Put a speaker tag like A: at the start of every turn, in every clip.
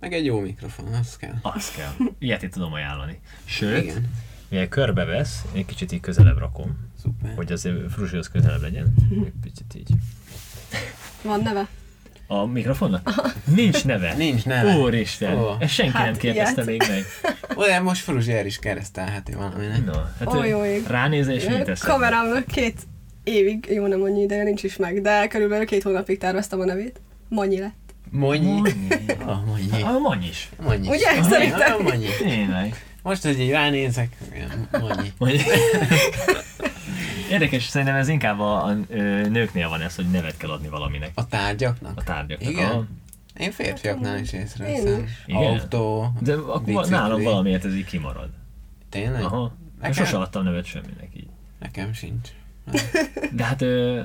A: Meg egy jó mikrofon, az kell.
B: Az kell. Ilyet én tudom ajánlani. Sőt,
A: Igen,
B: mivel körbevesz, én kicsit így közelebb rakom,
A: szuper.
B: hogy azért Fruzsihoz közelebb legyen. Egy Picit így.
C: Van neve?
B: A mikrofonnak? Nincs neve.
A: Nincs neve.
B: Úristen,
A: Ó.
B: ezt senki
C: Hát
B: nem kérdezte még
C: ilyet.
B: meg.
A: Olyan most Fruzsier is keresztelheti valaminek.
B: Na, hát
C: Ó, jó ég.
B: ránézel és mit teszed?
C: Kamerám két évig, jó nem annyi ideje, nincs is meg, de körülbelül két hónapig terveztem a nevét. Manyi lett.
A: Monyi. Ah, Monyi.
B: A many is.
A: Monyi.
C: Ugye? Szerintem.
A: Ah, Monyi.
B: Tényleg.
A: Most, hogy így ránézek, igen, Monyi.
B: Vagy- Érdekes, szerintem ez inkább a, a ö, nőknél van ez, hogy nevet kell adni valaminek.
A: A tárgyaknak?
B: A tárgyaknak.
A: Igen.
B: A,
A: Én férfiaknál is
C: Én
A: észreveszem.
C: is.
B: Igen?
A: Autó,
B: de akkor
A: bicikli.
B: nálam valamiért ez így kimarad.
A: Tényleg?
B: Aha. Én
A: Nekem-
B: sose adtam nevet semminek így.
A: Nekem sincs.
B: De hát, ö,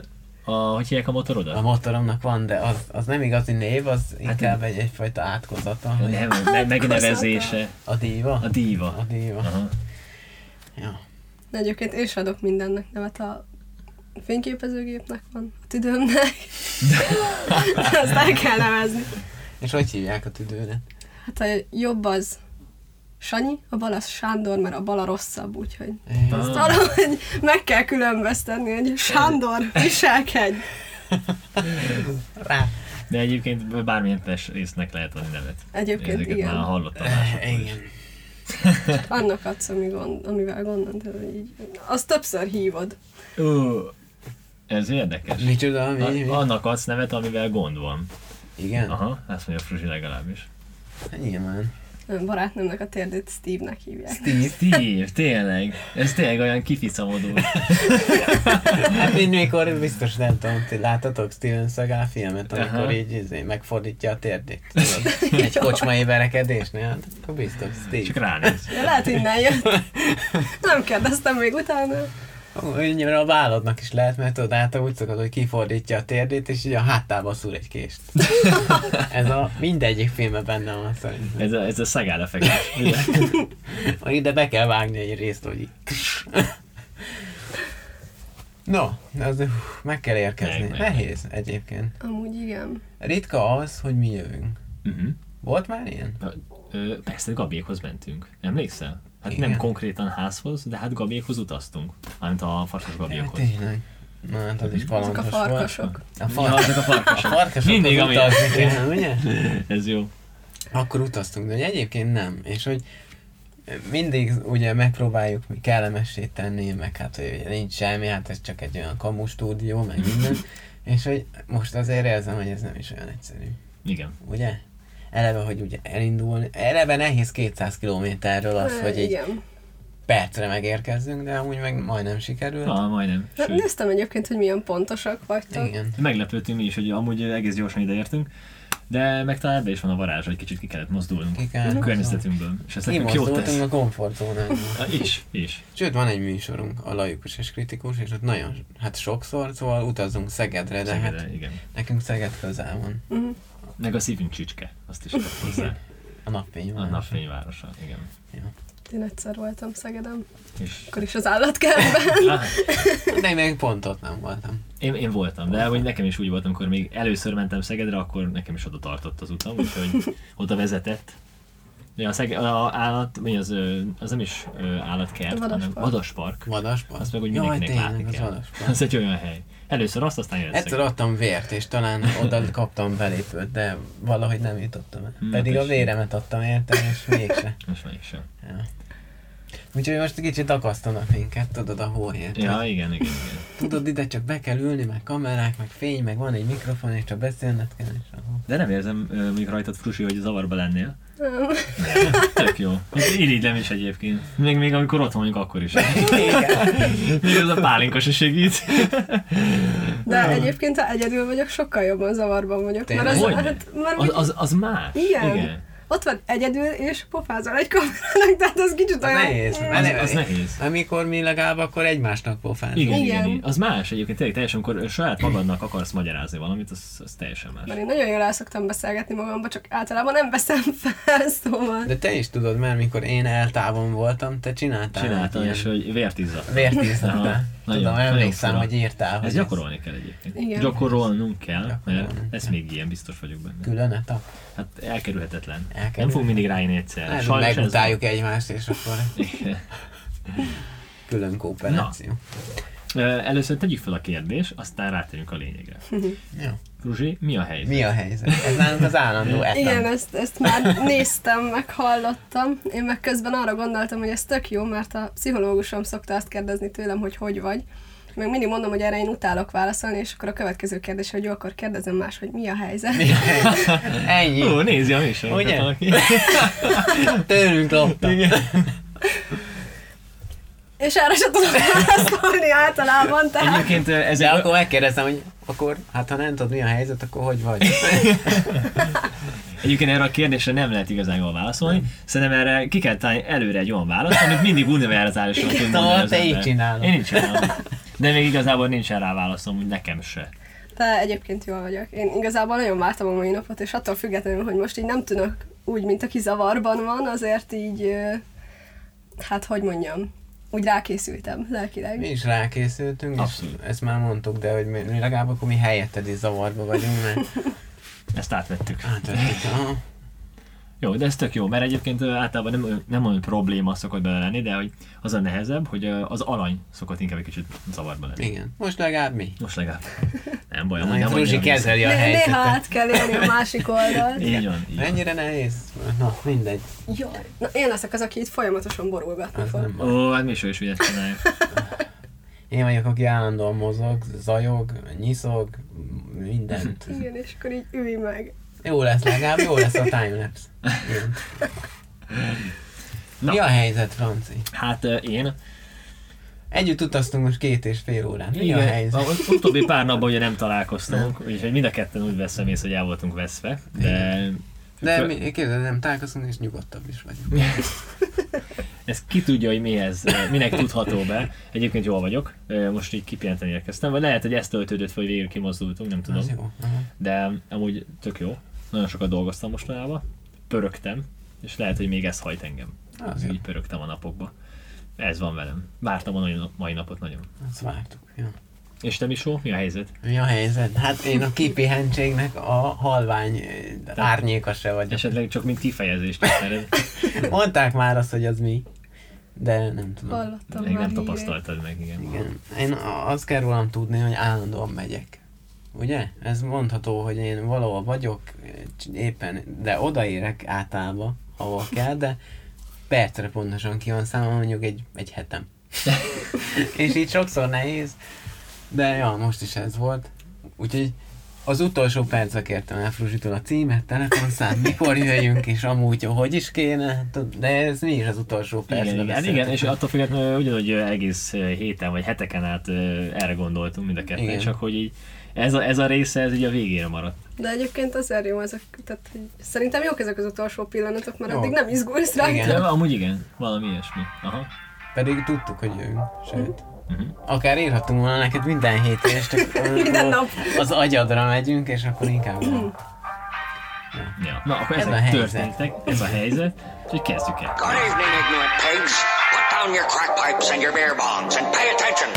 B: a, hogy hívják a
A: A
B: motorodat?
A: motoromnak van, de az, az nem igazi név, az
B: Hát
A: inkább egy, egyfajta átkozata.
B: A
A: hogy
B: nem, me- megnevezése.
A: A díva?
B: A díva.
A: A díva.
B: Aha.
A: Ja.
C: De egyébként én sem adok mindennek nevet a fényképezőgépnek van, a tüdőmnek. Azt el kell nevezni.
A: És hogy hívják a tüdődet?
C: Hát a jobb az Sanyi, a bal az Sándor, mert a bal a rosszabb, úgyhogy
A: Igen.
B: Ah.
C: ezt valahogy meg kell különböztetni, hogy Sándor, viselkedj!
A: Rá.
B: De egyébként bármilyen test résznek lehet adni nevet.
C: Egyébként
B: Ezeket
C: igen.
B: már hallottam másoktól is.
A: Igen.
C: Annak adsz, ami gond, amivel gondod, hogy így, azt többször hívod.
B: Ú, ez érdekes.
A: Micsoda, mi? mi?
B: A, annak adsz nevet, amivel gond van.
A: Igen? Aha.
B: Aha, ezt mondja Fruzsi legalábbis.
A: Nyilván.
C: Ön barátnőmnek a térdét Steve-nek hívják.
B: Steve, tényleg. Ez tényleg olyan kificamodó.
A: Hát én mikor biztos nem tudom, ti láttatok Steven Seagal filmet, amikor
B: Aha.
A: így izé, megfordítja a térdét. Tudod? Egy kocsmai verekedésnél, hát akkor biztos
B: Csak
A: Steve.
B: ránéz.
C: De lehet innen jött. Nem kérdeztem még utána.
A: Nyilván a vállodnak is lehet, mert tudod, által úgy szokott, hogy kifordítja a térdét, és így a hátába szúr egy kést. Ez a mindegyik filmben benne van szerintem.
B: Ez a, ez a szagál effektus.
A: Hogy ide be kell vágni egy részt, hogy így. No, az hú, meg kell érkezni.
B: Meg, meg.
A: Nehéz egyébként.
C: Amúgy igen.
A: Ritka az, hogy mi jövünk.
B: uh-huh.
A: Volt már ilyen?
B: Ö, Persze, Gabiékhoz mentünk. Emlékszel? Hát
A: Igen.
B: nem konkrétan házhoz, de hát Gabiékhoz utaztunk. Mármint a
A: Hát,
B: farkas Gabiékhoz.
A: Tényleg. Na hát az is
C: Azok a
A: kalandos volt.
C: farkasok.
A: A
B: Ja,
A: farkasok.
B: azok a
A: A
B: farkasok.
A: farkasok
B: Mindig, ami-
A: utazni kell, ugye?
B: Ez jó.
A: Akkor utaztunk, de hogy egyébként nem. És hogy mindig ugye megpróbáljuk mi kellemessé tenni, meg hát hogy ugye nincs semmi, hát ez csak egy olyan kamu stúdió, meg minden. És hogy most azért érzem, hogy ez nem is olyan egyszerű.
B: Igen.
A: Ugye? Eleve, hogy ugye elindulni, eleve nehéz 200 kilométerről az,
C: Ö,
A: hogy egy
C: Igen.
A: percre megérkezzünk, de amúgy meg majdnem sikerült.
B: Ah, majdnem.
C: Hát
B: Sőt.
C: néztem egyébként, hogy milyen pontosak vagytok.
A: Igen.
B: Meglepődtünk mi is, hogy amúgy egész gyorsan ideértünk, de meg talán ebbe is van a varázs, hogy kicsit ki kellett mozdulnunk
A: Ki kellett
B: a környezetünkből, és ez nekünk jót tesz.
A: Kimozdultunk a komfortzónánkból.
B: Ah, Is, is.
A: Sőt, van egy műsorunk, a laikus és kritikus, és ott nagyon, hát sokszor, szóval utazunk Szegedre, de hát
B: Szegedre, igen.
A: nekünk Szeged közel van.
C: Mhm.
B: Meg a szívünk csücske, azt is kap hozzá.
A: A napfény
B: A
A: van.
B: napfényvárosa, igen.
C: Én egyszer voltam Szegedem.
B: És
C: Akkor is az állatkertben.
B: Ah,
A: De én még pont ott nem voltam.
B: én, én voltam, de hogy nekem is úgy volt, amikor még először mentem Szegedre, akkor nekem is oda tartott az utam, úgyhogy oda vezetett. Ja, a, Szeg- a állat, mi az, ö, az nem is ö, állatkert, hanem
C: Vadaspark.
B: vadaspark.
A: Vadaspark?
B: Azt meg úgy
A: Jaj,
B: mindenkinek
A: tényleg,
B: látni
A: az
B: kell.
A: vadaspark.
B: Ez egy olyan hely. Először azt, aztán jön
A: Egyszer adtam vért, és talán oda kaptam belépőt, de valahogy nem jutottam el.
B: Hmm,
A: Pedig
B: hát
A: a
B: is.
A: véremet adtam érte, és mégse.
B: Most már is.
A: Ja. Úgyhogy most kicsit akasztanak minket, tudod, a hóért.
B: Ja, igen, igen, igen.
A: Tudod, ide csak be kell ülni, meg kamerák, meg fény, meg van egy mikrofon, és csak beszélned kell, és ahol.
B: De nem érzem ö, mondjuk rajtad, Frusi, hogy zavarba lennél.
C: Nem.
B: Tök jó. Irigylem is egyébként. Még, még amikor otthon vagyunk, akkor is.
A: Igen.
B: Még az a pálinka se segít.
C: De egyébként, ha egyedül vagyok, sokkal jobban zavarban vagyok.
A: Tényleg?
C: Mert az,
B: Hogyne?
C: hát, mert
B: Az, az, az más.
C: Igen. ott van egyedül, és pofázol egy kamerának, tehát az kicsit olyan...
A: Nehéz.
B: Az, az nehéz.
A: Amikor mi legalább, akkor egymásnak pofázunk.
B: Hát, Igen, igen,
C: Igen.
B: igen, Az más egyébként, tényleg teljesen, amikor saját magadnak akarsz magyarázni valamit, az, az teljesen más.
C: Mert én nagyon jól el szoktam beszélgetni magamba, csak általában nem veszem fel, szóval...
A: De te is tudod, mert mikor én eltávon voltam, te csináltál.
B: Csináltam,
A: ilyen
B: és hogy vért izzadt.
A: Vért
B: Aha,
A: ízlaptál.
B: nagyon-
A: Tudom,
B: nagyon
A: emlékszem,
B: fura.
A: hogy írtál,
B: Ezt
A: hogy
B: gyakorolni kell egyébként.
C: Igen.
B: Gyakorolnunk kell, mert
A: Gyakorolnunk
B: ez még ilyen, biztos vagyok benne.
A: külön etap.
B: Hát elkerülhetetlen.
A: elkerülni.
B: Nem fogunk mindig rájönni egyszerre.
A: Hát,
B: Sajnos ez van.
A: megutáljuk egymást, és akkor külön kooperáció.
B: Ö, Először tegyük fel a kérdés, aztán rátérünk a lényegre.
A: Jó.
B: Ruzsi, mi a helyzet?
A: Mi a helyzet? Ez nálunk az állandó etem.
C: Igen, ezt, ezt már néztem, meg hallottam. Én meg közben arra gondoltam, hogy ez tök jó, mert a pszichológusom szokta azt kérdezni tőlem, hogy hogy vagy. Meg mindig mondom, hogy erre én utálok válaszolni, és akkor a következő kérdés, hogy jó, akkor kérdezem más, hogy mi a helyzet.
A: Mi a helyzet? Ennyi.
B: Ó, nézi a műsorokat
A: Ugye?
B: valaki.
A: Tőlünk lopta.
B: Igen.
C: És erre sem tudok válaszolni általában, tehát
B: Egyébként ö, ez
A: De
B: egy,
A: akkor megkérdeztem, hogy akkor, hát ha nem tudod mi a helyzet, akkor hogy vagy?
B: egyébként erre a kérdésre nem lehet igazán jól válaszolni. Szerintem erre ki kell találni előre egy olyan választ, amit mindig univerzálisan tud mondani
A: Szóval
B: az
A: te így
B: ember.
A: csinálod.
B: Én így csinálom. De még igazából nincsen rá válaszom, úgy nekem se.
C: te egyébként jól vagyok. Én igazából nagyon vártam a mai napot, és attól függetlenül, hogy most így nem tűnök úgy, mint aki zavarban van, azért így, ö, hát hogy mondjam, úgy rákészültem lelkileg.
A: Mi is rákészültünk, és
B: Abszolút.
A: ezt már mondtuk, de hogy mi, mi legalább akkor mi helyetted is zavarba vagyunk, mert
B: Ezt átvettük.
A: átvettük. aha.
B: Jó, de ez tök jó, mert egyébként ö, általában nem, nem olyan probléma szokott bele lenni, de hogy az a nehezebb, hogy ö, az alany szokott inkább egy kicsit zavarba lenni.
A: Igen. Most legalább mi?
B: Most legalább. Nem baj, amúgy
A: Na,
B: nem
A: Ruzsi
B: annyira
A: kezeli a
C: Ja, Néha
A: helyzetet.
B: hát!
C: át kell élni a másik oldalt.
B: Így van, így van.
A: Mennyire nehéz? Na, mindegy.
C: Jaj. Na, én leszek az, aki itt folyamatosan borulgatni
A: Az
C: fog.
A: nem baj.
B: Ó, hát mi is is ugyanezt csináljuk.
A: Én vagyok, aki állandóan mozog, zajog, nyiszog, mindent.
C: Igen, és akkor így ülj meg.
A: Jó lesz legalább, jó lesz a timelapse. Igen.
B: Na.
A: Mi a helyzet, Franci?
B: Hát ö, én
A: Együtt utaztunk most két és fél órán. Mi a
B: Igen,
A: helyzet?
B: az utóbbi pár napban ugye nem találkoztunk, úgyhogy mind a ketten úgy veszem észre, hogy el voltunk veszve, de
A: De mi, képzeld, nem találkozunk, és nyugodtabb is vagyunk.
B: ez ki tudja, hogy mihez, minek tudható be. Egyébként jól vagyok, ö, most így kipihenten érkeztem, vagy lehet, hogy ezt töltődött, fel, hogy végül kimozdultunk, nem tudom.
A: Az jó. aha.
B: De amúgy tök jó, nagyon sokat dolgoztam mostanában, pörögtem, és lehet, hogy még ez hajt engem.
A: Az jó.
B: Így pörögtem a napokba. Ez van velem. Vártam a mai- mai napot nagyon.
A: Azt vártuk. Jó.
B: És te Misó, mi a helyzet?
A: Mi a helyzet? Hát én a kipihentségnek a halvány ö, árnyéka se vagyok.
B: Esetleg csak mint kifejezést ismered,
A: Mondták már azt, hogy az mi, de nem tudom.
C: Hallottam
B: még
C: már
B: nem
C: hírét.
B: tapasztaltad meg, igen.
A: Igen. Én a- azt kell rólam tudni, hogy állandóan megyek. Ugye? Ez mondható, hogy én valahol vagyok, c- éppen, de odaérek általában, ahol kell, de percre pontosan ki van számom, mondjuk egy, egy hetem. És így sokszor nehéz, de ja, most is ez volt. Úgyhogy az utolsó percre kértem el Fruzsitól a címet, telefonszám, mikor jöjjünk, és amúgy, hogy is kéne, tud- de ez mi is az utolsó percben
B: Igen, igen, igen, és attól függetlenül ugyanúgy ö, egész ö, héten vagy heteken át ö, erre gondoltunk mind a ketten,
A: Igen.
B: csak hogy így ez a, ez a része, ez így a végére maradt.
C: De egyébként azért jó ezek, tehát hogy szerintem jók ezek az utolsó pillanatok, mert
A: Jó.
C: addig nem izgulsz rá.
A: Igen.
B: De amúgy igen, valami ilyesmi. Aha.
A: Pedig tudtuk, hogy jövünk, sőt.
B: Mhm.
A: Akár írhatunk volna neked minden héten, és csak
C: Minden
A: akkor
C: nap. Mhm.
A: az agyadra megyünk, és akkor inkább nem.
B: Ja. Na, akkor
A: Ez
B: ez
A: a
B: ezek
A: helyzet.
B: történtek, ez a helyzet, úgyhogy kezdjük el.
D: Good evening, ignorant pigs. Put down your crack pipes and your beer bombs and pay attention.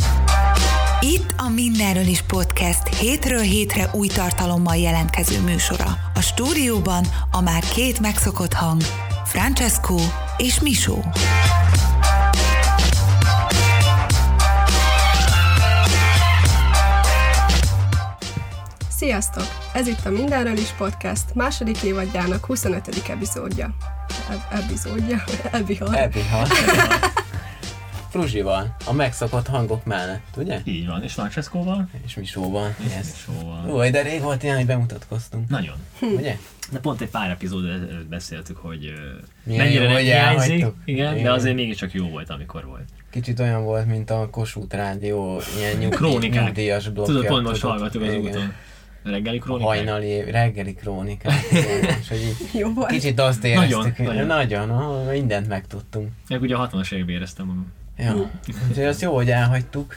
E: Itt a Mindenről is podcast hétről hétre új tartalommal jelentkező műsora. A stúdióban a már két megszokott hang, Francesco és Misó.
C: Sziasztok! Ez itt a Mindenről is podcast második évadjának 25. epizódja. Eb- epizódja? Ebihar.
A: Elpihal. Fruzsival, a megszokott hangok mellett, ugye?
B: Így van, és Francescoval?
A: És Misóval. Yes.
B: Misóval.
A: Új, de rég volt ilyen, hogy bemutatkoztunk,
B: Nagyon.
C: Mhm.
A: ugye?
B: De pont egy pár epizód előtt beszéltük, hogy ö,
A: Milyen
B: mennyire
A: jó,
B: nem
A: hogy
B: hiányzik,
A: elhagytuk.
B: igen,
A: Igen.
B: de azért mégiscsak jó volt, amikor volt.
A: Kicsit olyan volt, mint a Kossuth Rádió, ilyen nyugdíj,
B: Krónikák.
A: nyugdíjas blokja.
B: Tudod, pont most
A: tudod?
B: hallgatjuk az
A: Igen.
B: úton. Reggeli krónikák?
A: Hajnali, év- reggeli krónikák. igen. És hogy így
C: Jó volt.
A: Kicsit azt éreztük,
B: Nagyon,
A: hogy nagyon, nagyon mindent megtudtunk.
B: Meg ugye a 60-as években éreztem magam.
A: Ja,
C: Hm.
A: úgyhogy azt jó, hogy elhagytuk.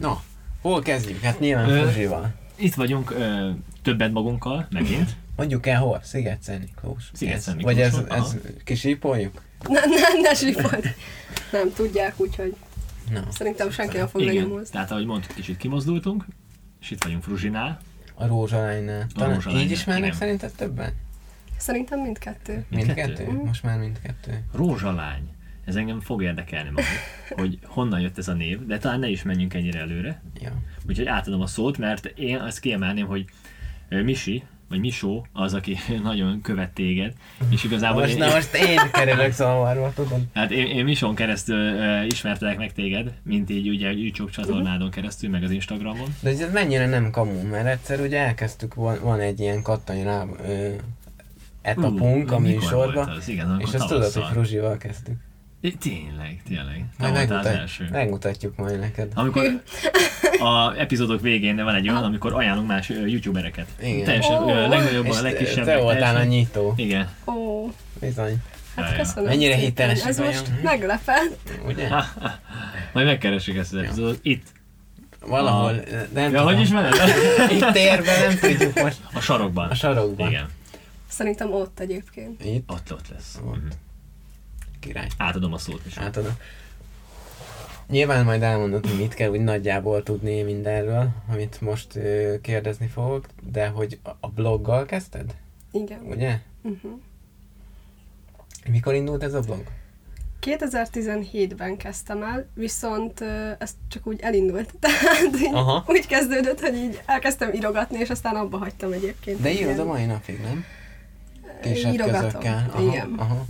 A: Na, hol kezdjük? Hát nyilván
B: Ö.
A: Fruzsival.
B: Itt vagyunk ö, többet magunkkal, megint.
A: Mondjuk el hol? Sziget-Szent Miklós.
B: Sziget-Szent
A: Ez-
B: Miklós,
A: Vagy ez, ez
B: aha.
A: kisípoljuk?
C: Ne, ne, ne zsifold. Nem, tudják, úgyhogy
A: Na,
C: szerintem senki nem fog
B: Igen,
C: lenyomozni.
B: tehát ahogy mondtuk, kicsit kimozdultunk, és itt vagyunk Fruzsinál.
A: A rózsalánynál. Talán
B: rózsalánynál,
A: így ismernek
B: igen.
A: szerinted többen?
C: Szerintem mindkettő.
B: Mindkettő?
A: Mindkettő? Most már mindkettő.
B: Rózsalány. Ez engem fog érdekelni majd, hogy honnan jött ez a név, de talán ne is menjünk ennyire előre.
A: Ja.
B: Úgyhogy átadom a szót, mert én azt kiemelném, hogy ö, Misi, vagy Misó az, aki nagyon követ téged, és igazából
A: Most,
B: én,
A: na most én kerülök zavarba, tudod?
B: hát én, én Mison keresztül ö, ismertelek meg téged, mint így ugye a YouTube csatornádon keresztül, meg az Instagramon.
A: De ugye ez mennyire nem kamu, mert egyszer ugye elkezdtük, van, van egy ilyen kattany láb ö, etapunk a
B: Ú, mikor
A: műsorba,
B: volt az? Igen, akkor
A: és azt tudod,
B: tavasszal.
A: hogy Fruzsival kezdtük.
B: É, Tényleg, tényleg. Te
A: Majd
B: voltál az
A: megmutat-
B: első.
A: megmutatjuk majd neked.
B: Amikor a epizódok végén van egy olyan, amikor ajánlunk más ö, youtubereket.
A: Ah. Igen.
B: Teljesen
C: Ó.
B: ö, legnagyobb,
A: És
B: a
A: te-
B: legkisebb.
A: te voltál a
B: teljesen-
A: nyitó,
B: Igen.
C: Ó,
A: bizony.
B: Ja, ja.
C: hát köszönöm.
A: Mennyire
C: szépen.
A: hitelesek
C: Ez
A: vagyunk.
C: most meglepett.
A: Ugye?
B: Hát, Majd megkeressük ezt az epizódot. Itt.
A: Valahol, nem
B: Ja,
A: tudom.
B: hogy ismered?
A: Itt térben nem tudjuk most.
B: A sarokban.
A: A sarokban.
B: Igen.
C: Szerintem ott egyébként.
A: Itt,
B: Ott, ott lesz.
A: Ott.
B: Mhm.
A: király.
B: Átadom a szót is.
A: Átadom. Nyilván majd elmondod, hogy mit kell úgy nagyjából tudni mindenről, amit most ö, kérdezni fogok, de hogy a- a bloggal kezdted?
C: Igen.
A: Ugye?
C: Uh-huh.
A: Mikor indult ez a blog?
C: 2017-ben kezdtem el, viszont ö, ez csak úgy elindult. Tehát így,
A: Aha.
C: úgy kezdődött, hogy így elkezdtem írogatni, és aztán abba hagytam egyébként.
A: De
C: Így
A: írod a
C: ilyen-
A: mai napig, nem?
C: írogatom.
A: közökkel. Aha,
C: Igen.
A: Aha.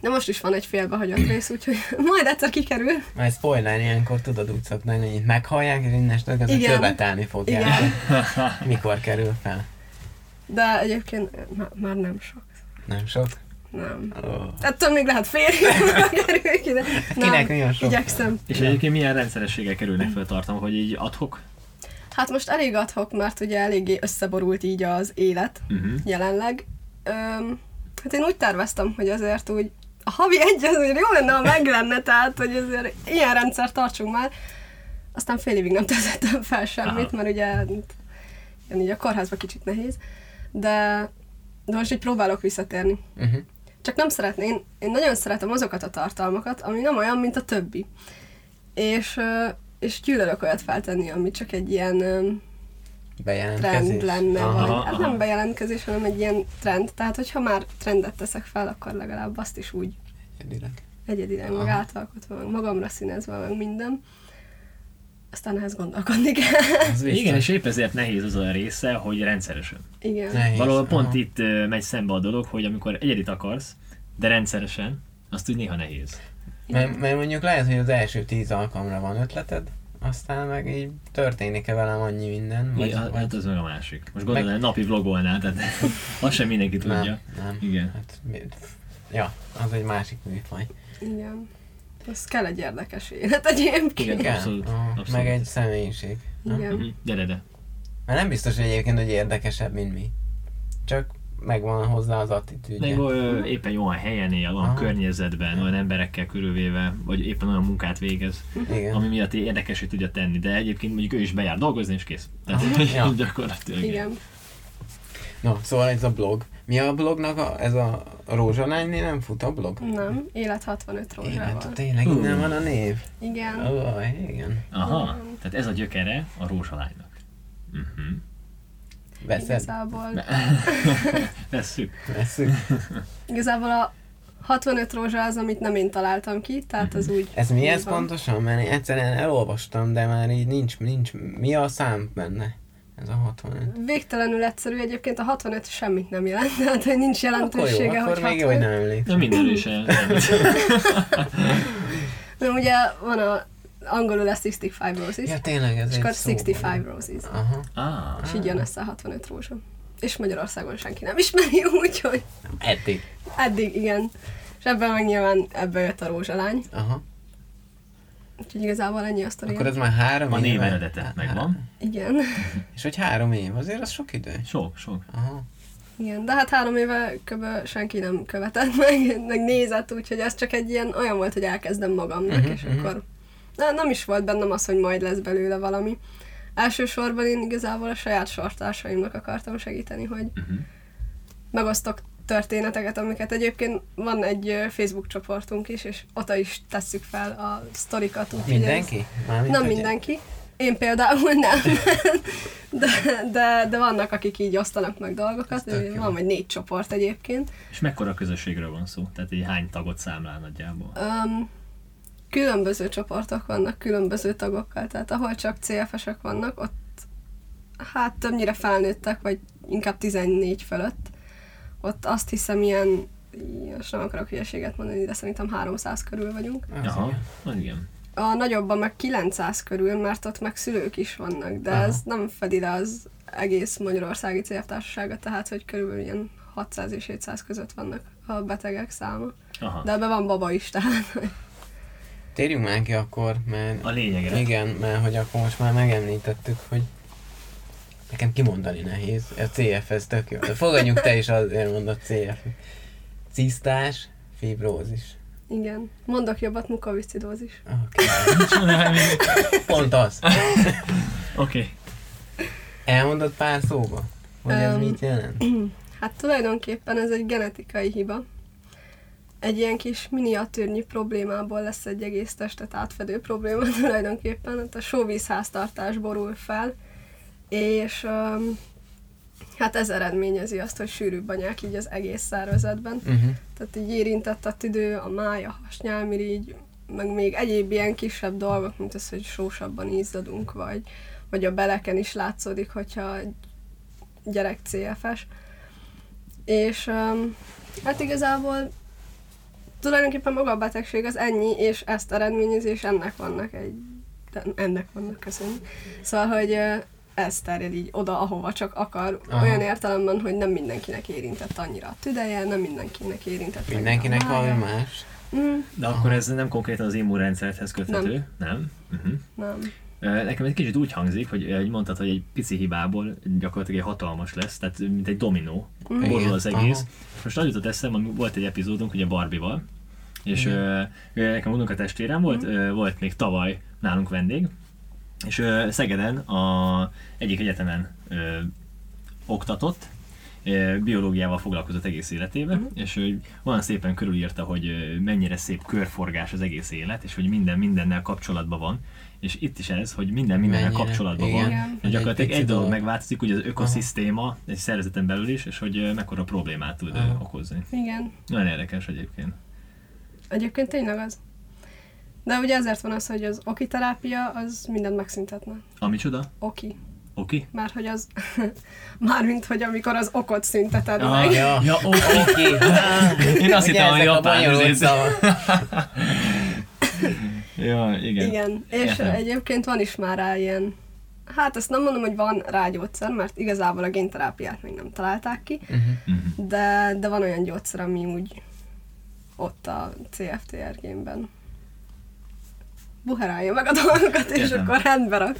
C: De most is van egy félbehagyott rész, úgyhogy majd egyszer kikerül.
A: Már spoiler ilyenkor tudod úgy szoknál, hogy itt meghallják, és innestől kezdve
C: Igen.
A: követelni fogják.
C: Igen.
A: Mikor kerül fel?
C: De egyébként má- már nem sok.
A: Nem sok?
C: Nem.
A: Oh.
C: Ettől még lehet férjünk, ide.
A: Kinek mi a sok?
C: igyekszem.
B: És egyébként milyen rendszerességgel kerülnek fel tartalmak, hogy így adhok?
C: Hát most elég adhok, mert ugye eléggé összeborult így az élet
B: Mhm.
C: jelenleg. Öm, hát én úgy terveztem, hogy azért úgy a havi egy az úgy jó lenne, ha meg lenne, tehát hogy azért ilyen rendszer tartsunk már. Aztán fél évig nem töltöttem fel semmit,
B: Aha.
C: mert ugye igen, így a kórházba kicsit nehéz, de, de most így próbálok visszatérni.
A: Uh-huh.
C: Csak nem szeretném, én, én nagyon szeretem azokat a tartalmakat, ami nem olyan, mint a többi. És, ö, és gyűlölök olyat feltenni, ami csak egy ilyen ö,
A: Bejelentkezés?
C: trend lenne, aha,
B: aha.
C: vagy hát nem bejelentkezés, hanem egy ilyen trend. Tehát, hogyha már trendet teszek fel, akkor legalább azt is úgy
A: Egyedileg.
C: egyedileg, meg
A: Aha.
C: átalkotva, meg magamra színezve, meg minden. Aztán ehhez gondolkodni kell.
A: Az biztos.
B: Igen, és épp ezért nehéz az a része, hogy rendszeresen.
C: Igen.
A: Nehéz.
B: Valahol pont
A: Aha.
B: itt ö, megy szembe a dolog, hogy amikor egyedit akarsz, de rendszeresen, azt úgy néha nehéz.
A: Mert, mert mondjuk lehet, hogy az első tíz alkalomra van ötleted, aztán meg így történik-e velem annyi minden, vagy,
B: Vagy, hát,
A: vagy
B: hát az meg a másik. Most gondolom,
A: Meg-
B: hogy napi vlogolnál, tehát azt sem mindenki
A: nem,
B: tudja.
A: nem.
B: Igen.
A: Hát, mi- ja, az egy másik műfaj.
C: Igen. Az kell egy érdekes élet egyébként.
B: Igen.
A: Igen,
B: Abszolút,
A: aha,
B: abszolút.
A: meg egy személyiség. nem?
C: Igen.
B: Mhm. Gyere, de.
A: Mert nem biztos hogy egyébként, hogy érdekesebb, mint mi. Csak megvan hozzá az attitűdje.
B: Meg ö, éppen jó a helyen él, olyan
A: Aha.
B: környezetben, olyan emberekkel körülvéve, vagy éppen olyan munkát végez,
A: Igen.
B: ami miatt érdekesé tudja tenni, de egyébként mondjuk ő is bejár dolgozni, és kész. Tehát
A: Ja.
B: gyakorlatilag.
C: Igen.
A: Na, szóval ez a blog. Mi a blognak a, ez a rózsalánynél nem fut a blog?
C: Nem, élet 65
A: Élet,
C: rózsával.
A: tényleg
B: Hú.
A: innen van a név.
C: Igen.
A: Ó, igen.
B: Aha, tehát ez a gyökere a rózsalánynak. Uh-huh.
A: Veszed?
C: Igazából,
B: Vesszük.
A: Veszük?
C: igazából a 65 rózsa az, amit nem én találtam ki, tehát az úgy...
A: Mhm. Ez mi
C: úgy
A: ez
C: van.
A: pontosan? Mert én egyszerűen elolvastam, de már így nincs, nincs, mi a szám benne? Ez a 65.
C: Végtelenül egyszerű, egyébként a 65 semmit nem jelent, tehát hogy nincs
A: Akkor jó,
C: jelentősége,
A: akkor
C: hogy
A: még jó, hogy
C: 65.
A: nem emlékszem.
B: Na mindenről is el.
C: Nem, ugye van a angolul a 65 fibrosis,
A: Ja, tényleg ez
C: és
A: egy
C: akkor
A: szó.
C: 65 roses,
A: Aha.
B: Ah,
C: és így jön össze a 65 rózsa. És Magyarországon senki nem ismeri, úgyhogy
A: Eddig.
C: eddig igen. És ebben meg nyilván ebből jött a rózsalány,
A: Aha.
C: úgyhogy igazából ennyi a sztori.
A: Akkor ez már három
B: a név
A: éve? Hát,
B: eredete megvan.
C: Igen.
A: És hogy három év, azért az sok idő.
B: Sok, sok.
A: Aha.
C: Igen, de hát három éve köbö senki nem követett meg, meg nézett, úgyhogy ez csak egy ilyen olyan volt, hogy elkezdem magamnak, uh-huh, és uh-huh. akkor de nem is volt bennem az, hogy majd lesz belőle valami. Elsősorban én igazából a saját sortársaimnak akartam segíteni, hogy uh-huh. megosztok történeteket, amiket egyébként van egy ö, Facebook csoportunk is, és oda is tesszük fel a sztorikat. úgyhogy ez-
A: Mindenki? Mármint,
C: Nem
A: hogy-
C: mindenki, Én például nem, de, de, de vannak, akik így osztanak meg dolgokat,
A: tök jó.
C: van vagy négy csoport egyébként.
B: És mekkora közösségről van szó? Tehát így hány tagot számlál nagyjából?
C: Öm, különböző csoportok vannak, különböző tagokkal, tehát ahol csak CFS-ek vannak, ott hát többnyire felnőttek, vagy inkább 14 fölött. Ott azt hiszem ilyen, most nem akarok hülyeséget mondani, de szerintem 300 körül vagyunk.
A: Az
B: Aha,
A: igen.
B: na igen.
C: A nagyobban meg 900 körül, mert ott meg szülők is vannak, de
B: Aha.
C: Aha. ez nem fedi le az egész Magyarországi CF-társasága, tehát hogy körülbelül ilyen 600 és 700 között vannak a betegek száma.
B: Aha.
C: De ebben van baba is, tehát
A: Térjünk már ki akkor, mert...
B: A lényegre.
A: Igen, mert hogy akkor most már megemlítettük, hogy nekem kimondani nehéz. A CF, ez tök jó. De fogadjuk te is azért mondod CF. Cisztás, fibrózis.
C: Igen. Mondok jobbat, mukoviscidózis.
A: Okay.
B: Oké.
A: Pont az.
B: Okay.
A: Elmondod pár szóba, hogy ez
C: Öm.
A: mit jelent?
C: Hát tulajdonképpen ez egy genetikai hiba. Egy ilyen kis miniatűrnyi problémából lesz egy egész testet átfedő probléma tulajdonképpen. Hát a sóvízháztartás borul fel, és um, hát ez eredményezi azt, hogy sűrűbb anyák így az egész szervezetben.
A: Uh-huh.
C: Tehát így érintett a tüdő, a máj, a hasnyálmirigy, meg még egyéb ilyen kisebb dolgok, mint az, hogy sósabban izzadunk, vagy, vagy a beleken is látszódik, hogyha egy gyerek CFS. És um, hát igazából tulajdonképpen maga a betegség az ennyi, és ezt eredményezi, és ennek vannak egy... Ennek vannak, köszönöm. Szóval, hogy ö, ez terjed így oda, ahova csak akar.
A: Aha.
C: Aha. Olyan értelemben, hogy nem mindenkinek érintett annyira a tüdeje, nem mindenkinek érintett annyira a
A: Mindenkinek valami
C: mája.
A: más.
C: Mm,
B: De akkor ez nem konkrétan az immunrendszerhez köthető? Nem. nem? Uh-huh.
C: nem.
B: Ö, Nekem egy kicsit úgy hangzik, hogy eh, hogy mondtad, hogy egy pici hibából gyakorlatilag egy hatalmas lesz, tehát mint egy dominó, borul az
A: Igen,
B: egész.
A: aha.
B: Most nagyon jutott eszem, ami volt egy epizódunk, ugye Barbival, és ö, ö, nekem unok a testvérem volt,
A: Mhm.
B: ö, volt még tavaly nálunk vendég, és ö, Szegeden a egyik egyetemen ö, oktatott, ö, biológiával foglalkozott egész életében, és hogy olyan szépen körülírta, hogy ö, mennyire szép körforgás az egész élet, és hogy minden mindennel kapcsolatban van. És itt is ez, hogy minden mindennel
A: Mennyire,
B: kapcsolatban
A: igen.
B: van.
C: Igen.
B: Hogy gyakorlatilag
A: pici
B: egy dolog
A: dolog.
B: megváltozik, ugye az ökoszisztéma egy szervezeten belül is, és hogy ö, mekkora problémát tud ö,
A: Aha.
B: okozni.
C: Igen.
B: Nagyon érdekes egyébként.
C: Egyébként tényleg az. De ugye ezért van az, hogy az okiterápia az mindent megszüntetne.
B: Ami csoda?
C: Oki.
B: Oki?
C: Már hogy az... Mármint, hogy amikor az okot szünteted
B: Aha.
C: meg.
A: Ja,
B: Ja, oké.
A: oké.
B: Én azt
A: Ugye
B: hittem,
A: ezek
B: hogy
A: a
B: japán
A: bonyolult
B: üzlet.
A: szavak.
B: Ja, igen.
C: Igen. És
B: Értem.
C: egyébként van is már rá ilyen... Hát ezt nem mondom, hogy van rá gyógyszer, mert igazából a génterápiát még nem találták ki,
B: Mhm.
C: uh-huh. de, de van olyan gyógyszer, ami úgy ott a CFTR génben buherálja meg a dolgokat, és
B: Értem.
C: akkor rendbe rak.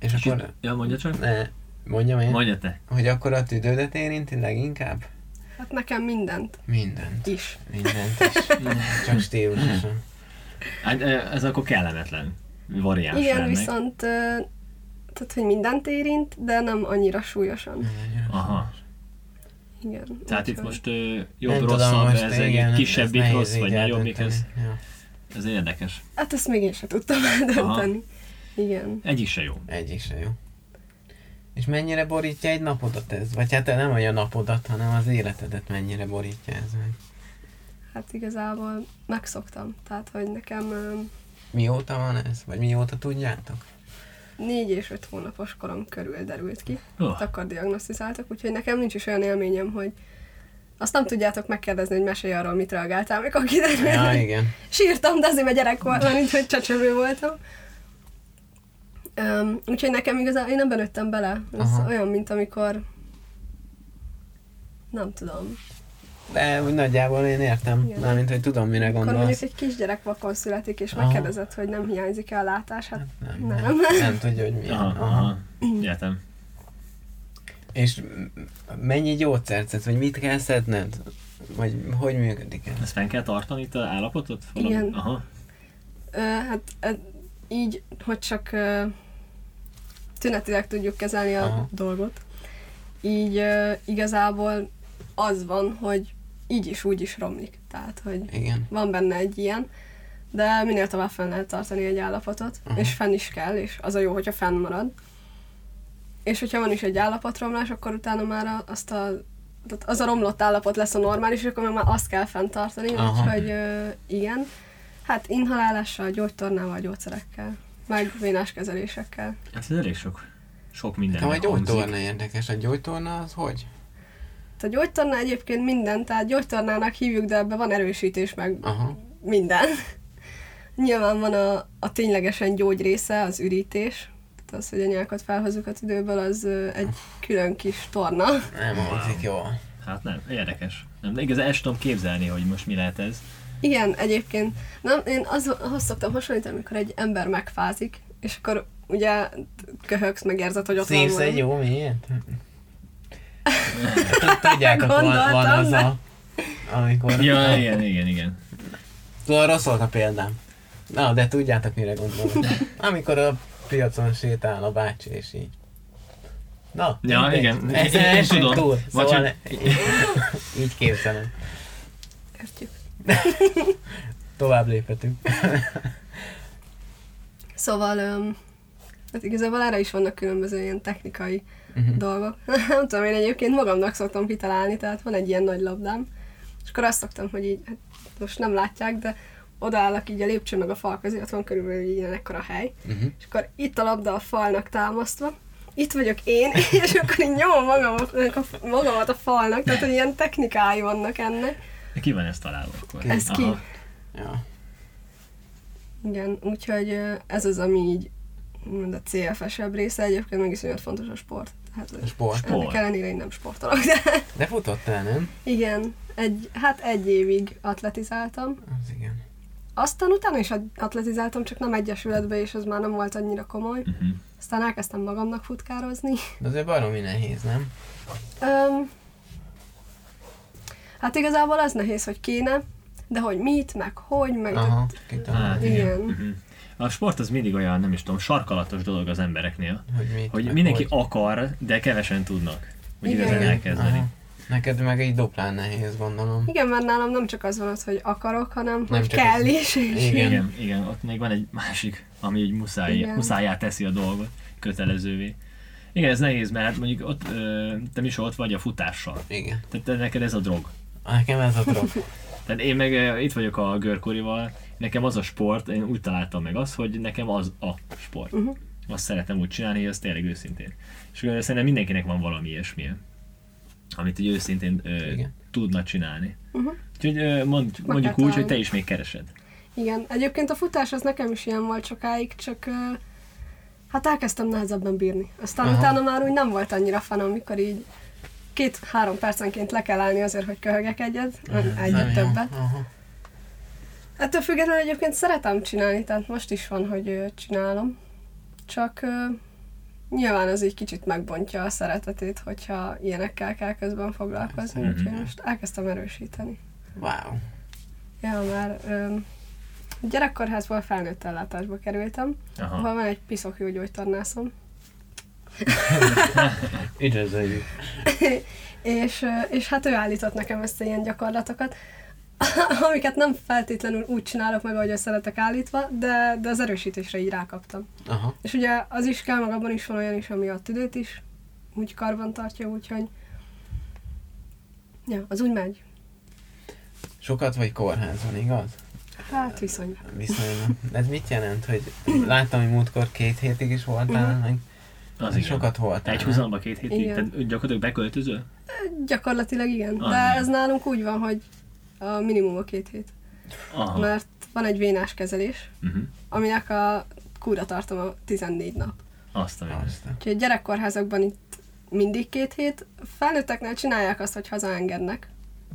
A: És akkor
B: Ja, mondja csak.
A: ne, mondjam én,
B: Mondja te.
A: hogy akkor a tüdődet érinti leginkább?
C: Hát nekem mindent
A: Mindent.
C: is.
A: Mindent is. Csak stílusosan.
B: Hát, ö, Ez akkor kellemetlen variáns
C: Igen,
B: ennek.
C: viszont ö, tehát, hogy mindent érint, de nem annyira súlyosan.
B: Aha.
C: Igen.
B: Tehát
C: úgyhogy-
B: itt most ö, jobb,
A: Nem
B: rosszabb,
A: most
B: ez egy
A: igen,
B: kisebbik
A: nehéz
B: rossz,
A: így
B: vagy nagyobbik, ez,
A: eldönteni. Ja.
B: ez érdekes.
C: Hát ezt még én sem tudtam eldönteni. Igen.
B: Egyik se jó.
A: Egyik se jó. És mennyire borítja egy napodat ez? Vagy hát nem olyan napodat, hanem az életedet mennyire borítja ez meg?
C: Hát igazából megszoktam. Tehát, hogy nekem ö,
A: Mióta van ez? Vagy mióta tudjátok?
C: négy és öt hónapos korom körül derült ki.
B: Ó.
C: Oh. Akkor diagnosztizáltak, úgyhogy nekem nincs is olyan élményem, hogy azt nem tudjátok megkérdezni, hogy mesélj arról, mit reagáltál, amikor kiderült.
A: Ja, igen.
C: sírtam, de azért mert gyerek voltam, mint hogy csecsemő voltam. Um, úgyhogy nekem igazán, én nem benőttem bele. Ez
A: Aha.
C: olyan, mint amikor nem tudom.
A: De úgy nagyjából én értem.
C: Igen.
A: Mármint, hogy tudom, mire
C: Akkor mondjuk
A: gondolsz.
C: egy kisgyerek vakon születik, és
A: Aha.
C: megkérdezett, hogy nem hiányzik-e a látás. Hát
A: Nem,
C: nem.
A: nem, nem tudja, hogy mi.
B: Aha, aha. Értem.
A: És m- mennyi gyógyszert szedsz, vagy mit kell szedned? Vagy hogy működik ez?
B: Ezt fenn kell tartani itt az állapotot? Valami?
C: Igen.
B: Aha.
C: Ö, hát ö, így, hogy csak ö, tünetileg tudjuk kezelni a
A: Aha.
C: dolgot, így ö, igazából az van, hogy így is úgy is romlik. Tehát, hogy
A: Igen.
C: van benne egy ilyen, de minél tovább fenn lehet tartani egy állapotot, uh-huh. és fenn is kell, és az a jó, hogyha fenn marad. És hogyha van is egy állapotromlás, akkor utána már a- azt a tehát az a romlott állapot lesz a normális, és akkor meg már azt kell fenntartani,
A: Aha.
C: úgyhogy ö, igen. Hát inhalálással, gyógytornával, gyógyszerekkel, meg vénáskezelésekkel.
B: Hát ez elég sok. Sok minden.
A: Hát, Ha majd gyógytorna érdekes, a gyógytorna az hogy?
C: A gyógytorna egyébként minden, tehát gyógytornának hívjuk, de ebben van erősítés, meg
A: Aha.
C: minden. Nyilván van a, a ténylegesen gyógy része, az ürítés. Tehát az, hogy a nyákat felhozzuk a tüdőből, az ö, egy külön kis torna.
A: Nem hangzik jól.
B: Hát nem, érdekes. Nem, de igazán el sem tudom képzelni, hogy most mi lehet ez.
C: Igen, egyébként. Nem, én az, ahhoz szoktam hasonlítani, amikor egy ember megfázik, és akkor ugye köhögsz, meg érzed, hogy ott
A: Szívsz
C: valami.
A: egy jó miért? Tudják, akkor van, van
C: Gondoltam,
A: az
C: de-
A: a... Amikor...
B: Ja, igen, igen, igen.
A: Tudod, rossz volt a példám. Na, de tudjátok, mire gondolok. Amikor a piacon sétál a bácsi, és így. Na,
B: Ja,
A: mindegy.
B: igen.
A: Ezen
B: Én- én
A: esünk
B: tudom.
A: túl.
B: Vagy
A: Szóval
B: hogy-
A: így képzelem.
C: Értjük.
A: Tovább léphetünk.
C: Szóval, öm, hát igazából erre is vannak különböző ilyen technikai
A: Mhm.
C: dolgok. Nem tudom, én egyébként magamnak szoktam kitalálni, tehát van egy ilyen nagy labdám, és akkor azt szoktam, hogy így, hát most nem látják, de odaállok így a lépcső meg a fal közé, ott van körülbelül így ilyen ekkora hely,
A: Mhm.
C: és akkor itt a labda a falnak támasztva, itt vagyok én, és akkor így nyomom magamat, magamat a falnak, tehát hogy ilyen technikái vannak ennek.
B: De Ki van ezt találva akkor?
C: Ez ki?
B: Aha.
A: Ja.
C: Igen, úgyhogy ö, ez az, ami így úgymond a CFS-ebb része, egyébként meg iszonyat fontos a sport. Hát, ö,
A: Sport.
C: Ennek
B: Sport.
C: ellenére én nem sportolok, de
A: De futottál, nem?
C: igen, egy, hát egy évig atletizáltam.
A: Az igen.
C: Aztán utána is atletizáltam, csak nem egyesületbe, és az már nem volt annyira komoly.
B: Mhm.
C: Aztán elkezdtem magamnak futkározni.
A: De azért baromi nehéz, nem?
C: Öm, hát igazából az nehéz, hogy kéne, de hogy mit, meg hogy, meg...
A: Aha,
B: Hát,
A: kitalálni,
B: igen.
C: Igen.
B: Mhm. A sport az mindig olyan, nem is tudom, sarkalatos dolog az embereknél,
A: hogy mit.
B: hogy
A: meg
B: mindenki
A: hogy.
B: akar, de kevesen tudnak, hogy
C: Igen.
B: igazán
C: Igen.
B: elkezdeni.
A: Aha. Neked meg így duplán nehéz, gondolom.
C: Igen, mert nálam nem csak az van ott, hogy akarok, hanem
A: Nem
C: hogy
A: csak
C: kell
A: az-
C: is. és-
A: Igen.
B: Igen, igen, ott még van egy másik, ami így muszáj,
C: Igen.
B: muszájá teszi a dolgot, kötelezővé. Igen, ez nehéz, mert hát mondjuk ott, ö, te is ott vagy a futással.
A: Igen.
B: Tehát te- neked ez a drog.
A: Nekem ez a drog.
B: Tehát én meg eh, itt vagyok a Görkorival, nekem az a sport, én úgy találtam meg azt, hogy nekem az a sport.
C: Mhm.
B: Uh-huh. Azt szeretem úgy csinálni, hogy az tényleg őszintén. És eh, szerintem mindenkinek van valami ilyesmi, amit így őszintén ö,
A: Igen.
B: tudna csinálni.
C: Mhm.
B: Uh-huh. Úgyhogy ö, mond, mondjuk úgy,
C: találni.
B: hogy te is még keresed.
C: Igen, egyébként a futás az nekem is ilyen volt sokáig, csak ö, hát elkezdtem nehezebben bírni. Aztán
A: Aha.
C: Aha. utána már úgy nem volt annyira fan, amikor így két-három percenként le kell állni azért, hogy köhögek egyet, nem egyet
A: Mhm. jó.
C: többet.
A: Aha.
C: Ettől függetlenül egyébként szeretem csinálni, tehát most is van, hogy ö, csinálom. Csak ö, nyilván az így kicsit megbontja a szeretetét, hogyha ilyenekkel kell közben foglalkozni, úgyhogy
A: Mhm.
C: most elkezdtem erősíteni.
A: Wow.
C: Ja, már öm, gyerekkorházból felnőtt ellátásba kerültem,
B: Aha.
C: ahol van egy piszok jó gyógytornászom,
A: Üdvözöljük.
C: és, ö, és hát ő állított nekem össze ilyen gyakorlatokat, amiket nem feltétlenül úgy csinálok meg, ahogy szeretek állítva, de, de az erősítésre így rákaptam.
A: Aha.
C: És ugye az is kell, meg abban is van olyan is, ami a tüdőt is úgy karban tartja, úgyhogy ja, az úgy megy.
A: Sokat vagy kórházban, igaz?
C: Hát viszonylag.
A: Viszonylag. Ez mit jelent, hogy láttam, hogy múltkor két hétig is voltál,
C: Mhm.
A: meg
B: Az
A: meg
B: igen.
A: sokat voltál.
B: Egy
A: nem?
B: húzalomba két hétig,
C: Igen.
B: tehát gyakorlatilag beköltözöl?
C: Gyakorlatilag igen, de
B: Annyi.
C: ez nálunk úgy van, hogy a minimum a két hét.
B: Aha.
C: mert van egy vénás kezelés,
B: Uh-huh.
C: aminek a kúra tartom a 14 nap.
B: Azt a mindent.
A: Azt a-
C: Úgyhogy gyerekkorházakban itt mindig két hét, felnőtteknél csinálják azt, hogy hazaengednek.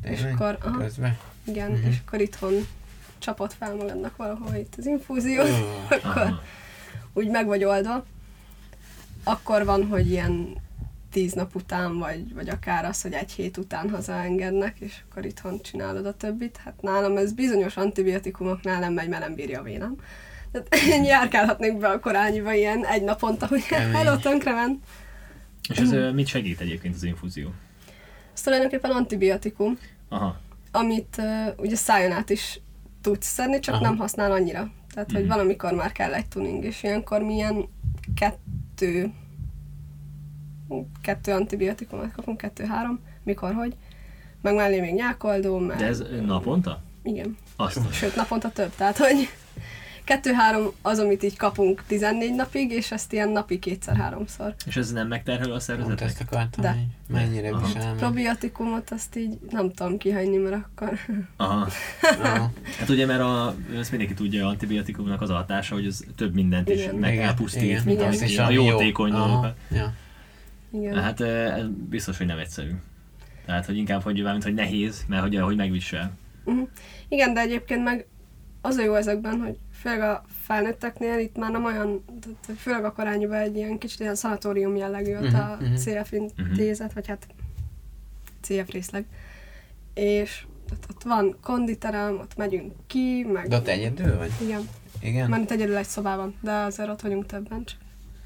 C: És
A: Tényleg? Hát Mhm.
C: akkor- aha.
A: Közben.
C: Igen, uh-huh. és akkor itthon csapott fel magadnak valahol itt az infúzió,
A: Ó.
C: akkor úgy meg vagy oldva. Akkor van, hogy ilyen tíz nap után, vagy, vagy akár az, hogy egy hét után hazaengednek, és akkor itthon csinálod a többit. Hát nálam ez bizonyos antibiotikumoknál nem megy, mert nem bírja a vénem. Tehát én járkálhatnék be a korányiba ilyen egy naponta, hogy
A: Kemény.
C: hello, tönkrement.
B: És ez ö, mit segít egyébként az infúzió?
C: Ez tulajdonképpen antibiotikum,
B: Aha.
C: amit uh, ugye szájon át is tudsz szedni, csak
A: Aha.
C: Aha. nem használ annyira. Tehát,
B: Mhm.
C: hogy valamikor már kell egy tuning, és ilyenkor milyen kettő, kettő antibiotikumot kapunk, kettő-három, mikor, hogy, meg mellé még nyákoldó, meg...
B: De ez naponta?
C: Igen.
B: Azt a-
C: Sőt, naponta több, tehát, hogy kettő-három az, amit így kapunk 14 napig, és ezt ilyen napi kétszer-háromszor.
B: És ez nem megterhelő a
A: Pont ezt
B: szervezetnek?
A: akartam,
C: De.
A: hogy mennyire
B: Aha.
A: viselem.
C: Probiotikumot azt így nem tudom kihagyni, mert akkor...
B: Aha.
A: Aha.
B: Hát ugye, mert a, ezt mindenki tudja, a antibiotikumnak az a hatása, hogy ez több mindent is
C: Igen.
B: meg elpusztít, mint
C: Igen.
B: az,
A: is,
B: a
A: ami
B: jótékony
A: Aha.
B: dolgokat.
A: Ja.
C: Igen.
B: Hát eh, ez biztos, hogy nem egyszerű. Tehát, hogy inkább, hogy, mint, hogy nehéz, mert hogy, hogy megvisel.
C: Uh-huh. Igen, de egyébként meg az a jó ezekben, hogy főleg a felnőtteknél itt már nem olyan, tehát főleg a korányban egy ilyen kicsit ilyen szanatórium jellegű ott a
A: Mhm, mhm.
C: CF intézet, vagy hát CF részleg. És ott, ott van konditerem, ott megyünk ki, meg...
A: De ott egyedül vagy?
C: Igen,
A: Igen?
C: mert egyedül egy szobában, de azért ott vagyunk többen csak.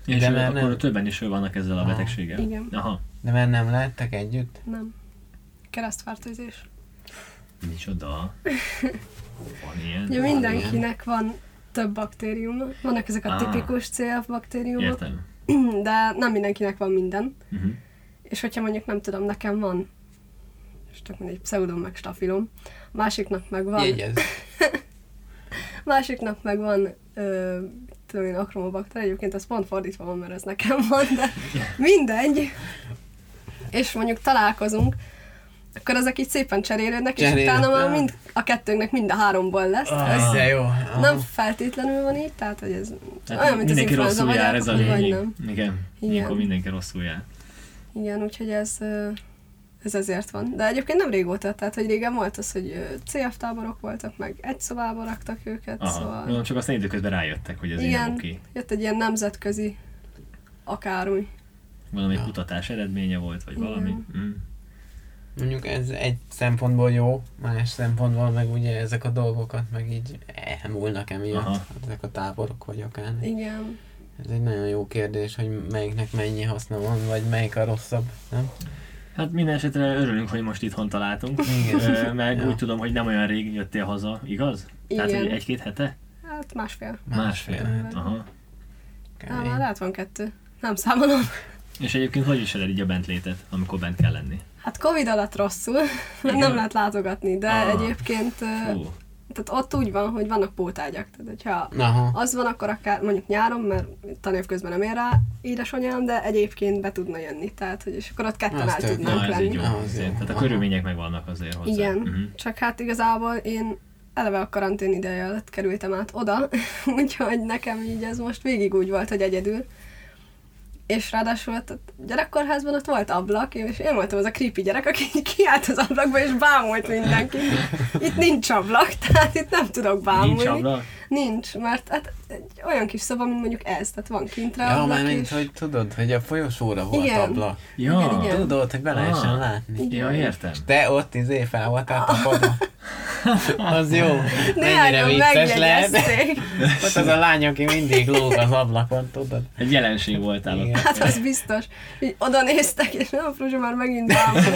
B: És
A: De
B: De
A: már
B: akkor
A: nem.
B: nem. többen is vannak ezzel a
A: Aha.
B: betegséggel.
C: Igen.
B: Aha.
A: De már nem láttak együtt?
C: Nem. Keresztfertőzés.
B: Micsoda. Van ilyen.
C: Ugye mindenkinek
A: igen.
C: van több baktériuma, vannak ezek a
B: Ah.
C: tipikus CF baktériumok,
B: Értem.
C: de nem mindenkinek van minden.
B: Uh-huh.
C: És hogyha mondjuk nem tudom, nekem van, és csak mindegy, pseudom meg stafilom, másiknak meg van,
A: Jegyez.
C: másiknak meg van, ö, tudom én, akromobakter, egyébként ez pont fordítva van, mert ez nekem van, de mindegy. És mondjuk találkozunk, akkor ezek így szépen cserélődnek, és
A: Cserélődnek.
C: utána már mind, a kettőnknek mind a háromból lesz. Ez
A: Ez de jó. Aha.
C: nem feltétlenül van így, tehát hogy ez
B: Tehát
C: olyan, mint az
B: Ah. Hát mindenki
C: influenza,
B: rosszul
C: vagy
B: jár, ez a
C: alkohol, vagy
B: lényeg.
C: nem.
B: Igen.
C: Igen.
B: Ilyenkor mindenki rosszul jár.
C: Igen, úgyhogy ez, ö, ez ezért van. De egyébként nem régóta, tehát hogy régen volt az, hogy ö, CF táborok voltak, meg egy szobába raktak őket,
B: Aha.
C: szóval...
B: Mondom, csak aztán időközben rájöttek, hogy ez így nem
C: igen,
B: oké.
C: jött egy ilyen nemzetközi akármi.
B: Valami kutatás eredménye volt, vagy valami. Mm.
A: Mondjuk ez egy szempontból jó, más szempontból meg ugye ezek a dolgokat meg így elmúlnak emiatt, Hát
B: Aha.
A: ezek a táborok vagy akár.
C: Igen,
A: Ez egy nagyon jó kérdés, hogy melyiknek mennyi haszna van, vagy melyik a rosszabb, nem?
B: Hát minden esetre örülünk, hogy most itthon találtunk,
A: Igen.
B: Ö, mert
A: Ja.
B: úgy tudom, hogy nem olyan rég jöttél haza, igaz? Tehát,
C: Igen.
B: hogy egy-két hete?
C: hát másfél.
A: Másfél.
B: Másfél. Aha.
C: Nem, már
A: Kemény.
C: lehet van kettő. Nem számolom.
B: És egyébként hogy is így a bent létet, amikor bent kell lenni?
C: Hát Covid alatt rosszul, mert
B: Igen.
C: nem lehet látogatni, de
B: Ah.
C: egyébként... ö,
B: Fú.
C: Tehát ott úgy van, hogy vannak pótágyak. Tehát, hogyha
A: Aha.
C: az van, akkor akár mondjuk nyáron, mert tanév közben nem ér rá édesanyám, de egyébként be tudna jönni. Tehát, hogy és akkor ott
A: Az
C: ketten el
A: tök-
B: Na,
C: tudnánk
B: ez így
C: lenni.
B: jó.
A: Ah, az
B: azért.
A: jó.
B: Tehát a
A: Aha.
B: körülmények megvannak azért hozzá.
C: Igen,
B: Mhm.
C: csak hát igazából én eleve a karantén ideje alatt kerültem át oda, úgyhogy nekem így ez most végig úgy volt, hogy egyedül. És ráadásul ott a gyerekkorházban ott volt ablak, és én voltam az a creepy gyerek, aki így kiállt az ablakba, és bámult mindenki. Itt nincs ablak, tehát itt nem tudok bámulni.
B: Nincs ablak?
C: Nincs, mert hát egy olyan kis szoba, mint mondjuk ez, tehát van kintre
A: Ja,
C: ablak,
A: már mint,
C: és...
A: hogy tudod, hogy a folyosóra volt
C: Igen.
A: ablak.
B: Ja.
C: Igen, igen.
A: Tudod, hogy be lehessen
B: Ah.
A: látni.
B: Ja, értem.
A: Te ott izé fel voltál tapadva. Az jó. Mennyire
C: Néhányan
A: vicces lehet.
C: megjegyezték.
A: Ott az a lány, aki mindig lóg az ablakon, tudod?
B: Egy jelenség voltál ott.
A: Igen.
C: Hát az biztos. Így oda néztek, és nem, Fruzsa már megint bámul.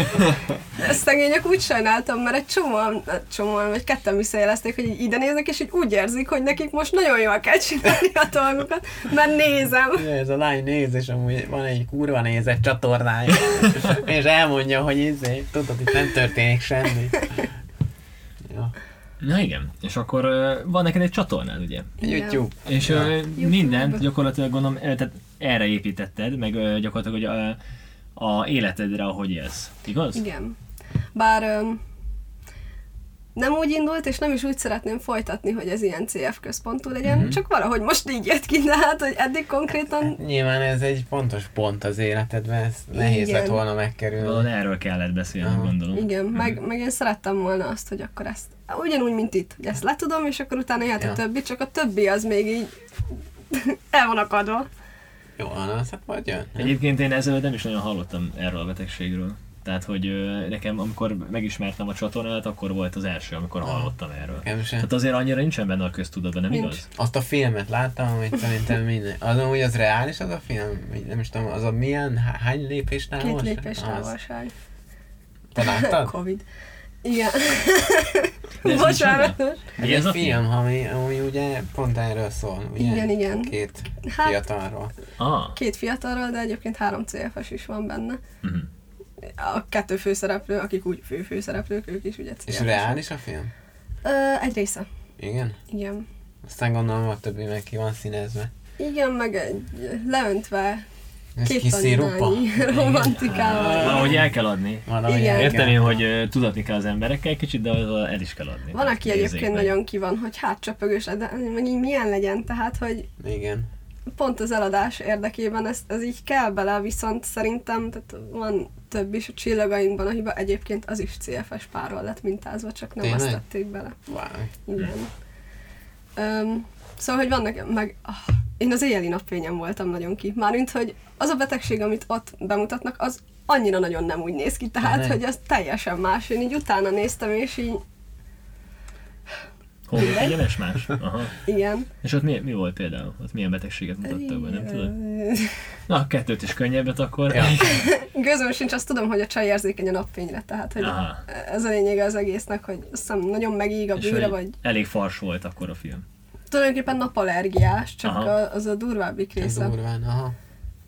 C: Ezt szegények úgy sajnáltam, mert egy csomóan, hát csomóan vagy ketten visszajelezték, hogy így ide néznek, és így úgy érzik, hogy nekik most nagyon jól kell csinálni a dolgokat, mert nézem.
A: Ja, ez a lány néz, és amúgy van egy kurva nézett csatornája, és elmondja, hogy izé, tudod, itt nem történik semmi. Ja.
B: Na igen, és akkor ö, van neked egy csatornád, ugye?
C: Igen.
A: YouTube.
B: És ja. mindent gyakorlatilag gondolom, ö, tehát erre építetted, meg ö, gyakorlatilag hogy a, a életedre, ahogy élsz. Igaz?
C: Igen. Bár öm, nem úgy indult, és nem is úgy szeretném folytatni, hogy ez ilyen CF központú legyen, mm-hmm. csak valahogy most így jött ki, de hát, hogy eddig konkrétan
A: Nyilván ez egy fontos pont az életedben, ezt nehéz
C: Igen.
A: lett volna
B: Valahol
A: megkerülni.
B: erről kellett beszélni,
A: Hm.
B: gondolom.
C: igen, meg, meg én szerettem volna azt, hogy akkor ezt ugyanúgy, mint itt, hogy ezt letudom, és akkor utána jöhet
A: Ja.
C: a többi, csak a többi az még így el van akadva.
A: Jó, na, hát majd jön.
B: Egyébként én ezzel nem is nagyon hallottam erről a betegségről. Tehát, hogy ö, nekem, amikor megismertem a csatornát, akkor volt az első, amikor hallottam erről.
A: Nekem sem.
B: Tehát azért annyira nincsen benne a köztudatban, nem
C: Nincs.
B: igaz?
A: Azt a filmet láttam, amit szerintem minden. Az amúgy az reális az a film? Vagy Nem is tudom, az a milyen, há- hány lépés
C: Két
A: távolság?
C: lépés
A: Ah, Az.
C: távolság.
A: Te láttad?
C: Covid. Igen.
B: De ez
C: Bocsánat.
B: micsoda?
A: Ez
B: Mi ez
A: egy
B: a
A: film, ami, ami ugye pont erről szól, ugye?
C: Igen, igen.
A: Két
C: Hát-
A: fiatalról.
B: Ah,
C: Két fiatalról, de egyébként három CFS is van benne.
B: Mhm.
C: A kettő főszereplő, akik úgy fő főszereplők, ők is ugye
A: És
C: CFS-ek.
A: reális a film?
C: Ö, egy része.
A: Igen?
C: Igen.
A: Aztán gondolom a többi meg ki van színezve.
C: Igen, meg egy leöntve
A: Ez
C: két
A: kis szirupa.
C: tanulmányi romantikával.
B: valahogy el kell adni.
A: Valahogy
C: Igen.
A: el kell.
B: Értem én, hogy ö, tudatni kell az emberekkel kicsit, de azzal el is kell adni.
C: Van, aki
B: Nézzék
C: egyébként
B: meg.
C: nagyon ki van, hogy hát csöpögős, de meg így milyen legyen, tehát, hogy
A: Igen.
C: pont az eladás érdekében ez, ez így kell bele, viszont szerintem tehát van több is a csillagainkban a hiba, egyébként az is CFS párról lett mintázva, csak nem
A: Tényleg?
C: azt tették bele.
A: Wow.
C: Igen. Um, szóval, hogy vannak, meg ah, én az éjjeli napfényen voltam nagyon ki. Mármint, hogy az a betegség, amit ott bemutatnak, az annyira nagyon nem úgy néz ki, tehát,
A: Tényleg?
C: hogy az teljesen más. Én így utána néztem, és így,
B: Honvéd egyenes más? Aha.
C: igen.
B: És ott mi, mi volt például? Ott milyen betegséget mutattak be, nem tudod?
C: Ö,
B: Na, kettőt is könnyebbet akkor.
A: Ja.
C: Gőzöm sincs, azt tudom, hogy a csaj érzékeny a napfényre, tehát hogy
B: Aha.
C: ez a lényeg az egésznek, hogy azt hiszem nagyon megíg a
B: És
C: bőre,
B: hogy
C: vagy
B: elég fars volt akkor a film.
C: tulajdonképpen napallergiás, csak
B: Aha.
C: a, az a durvábbik
A: Ez
C: része.
A: durván, aha.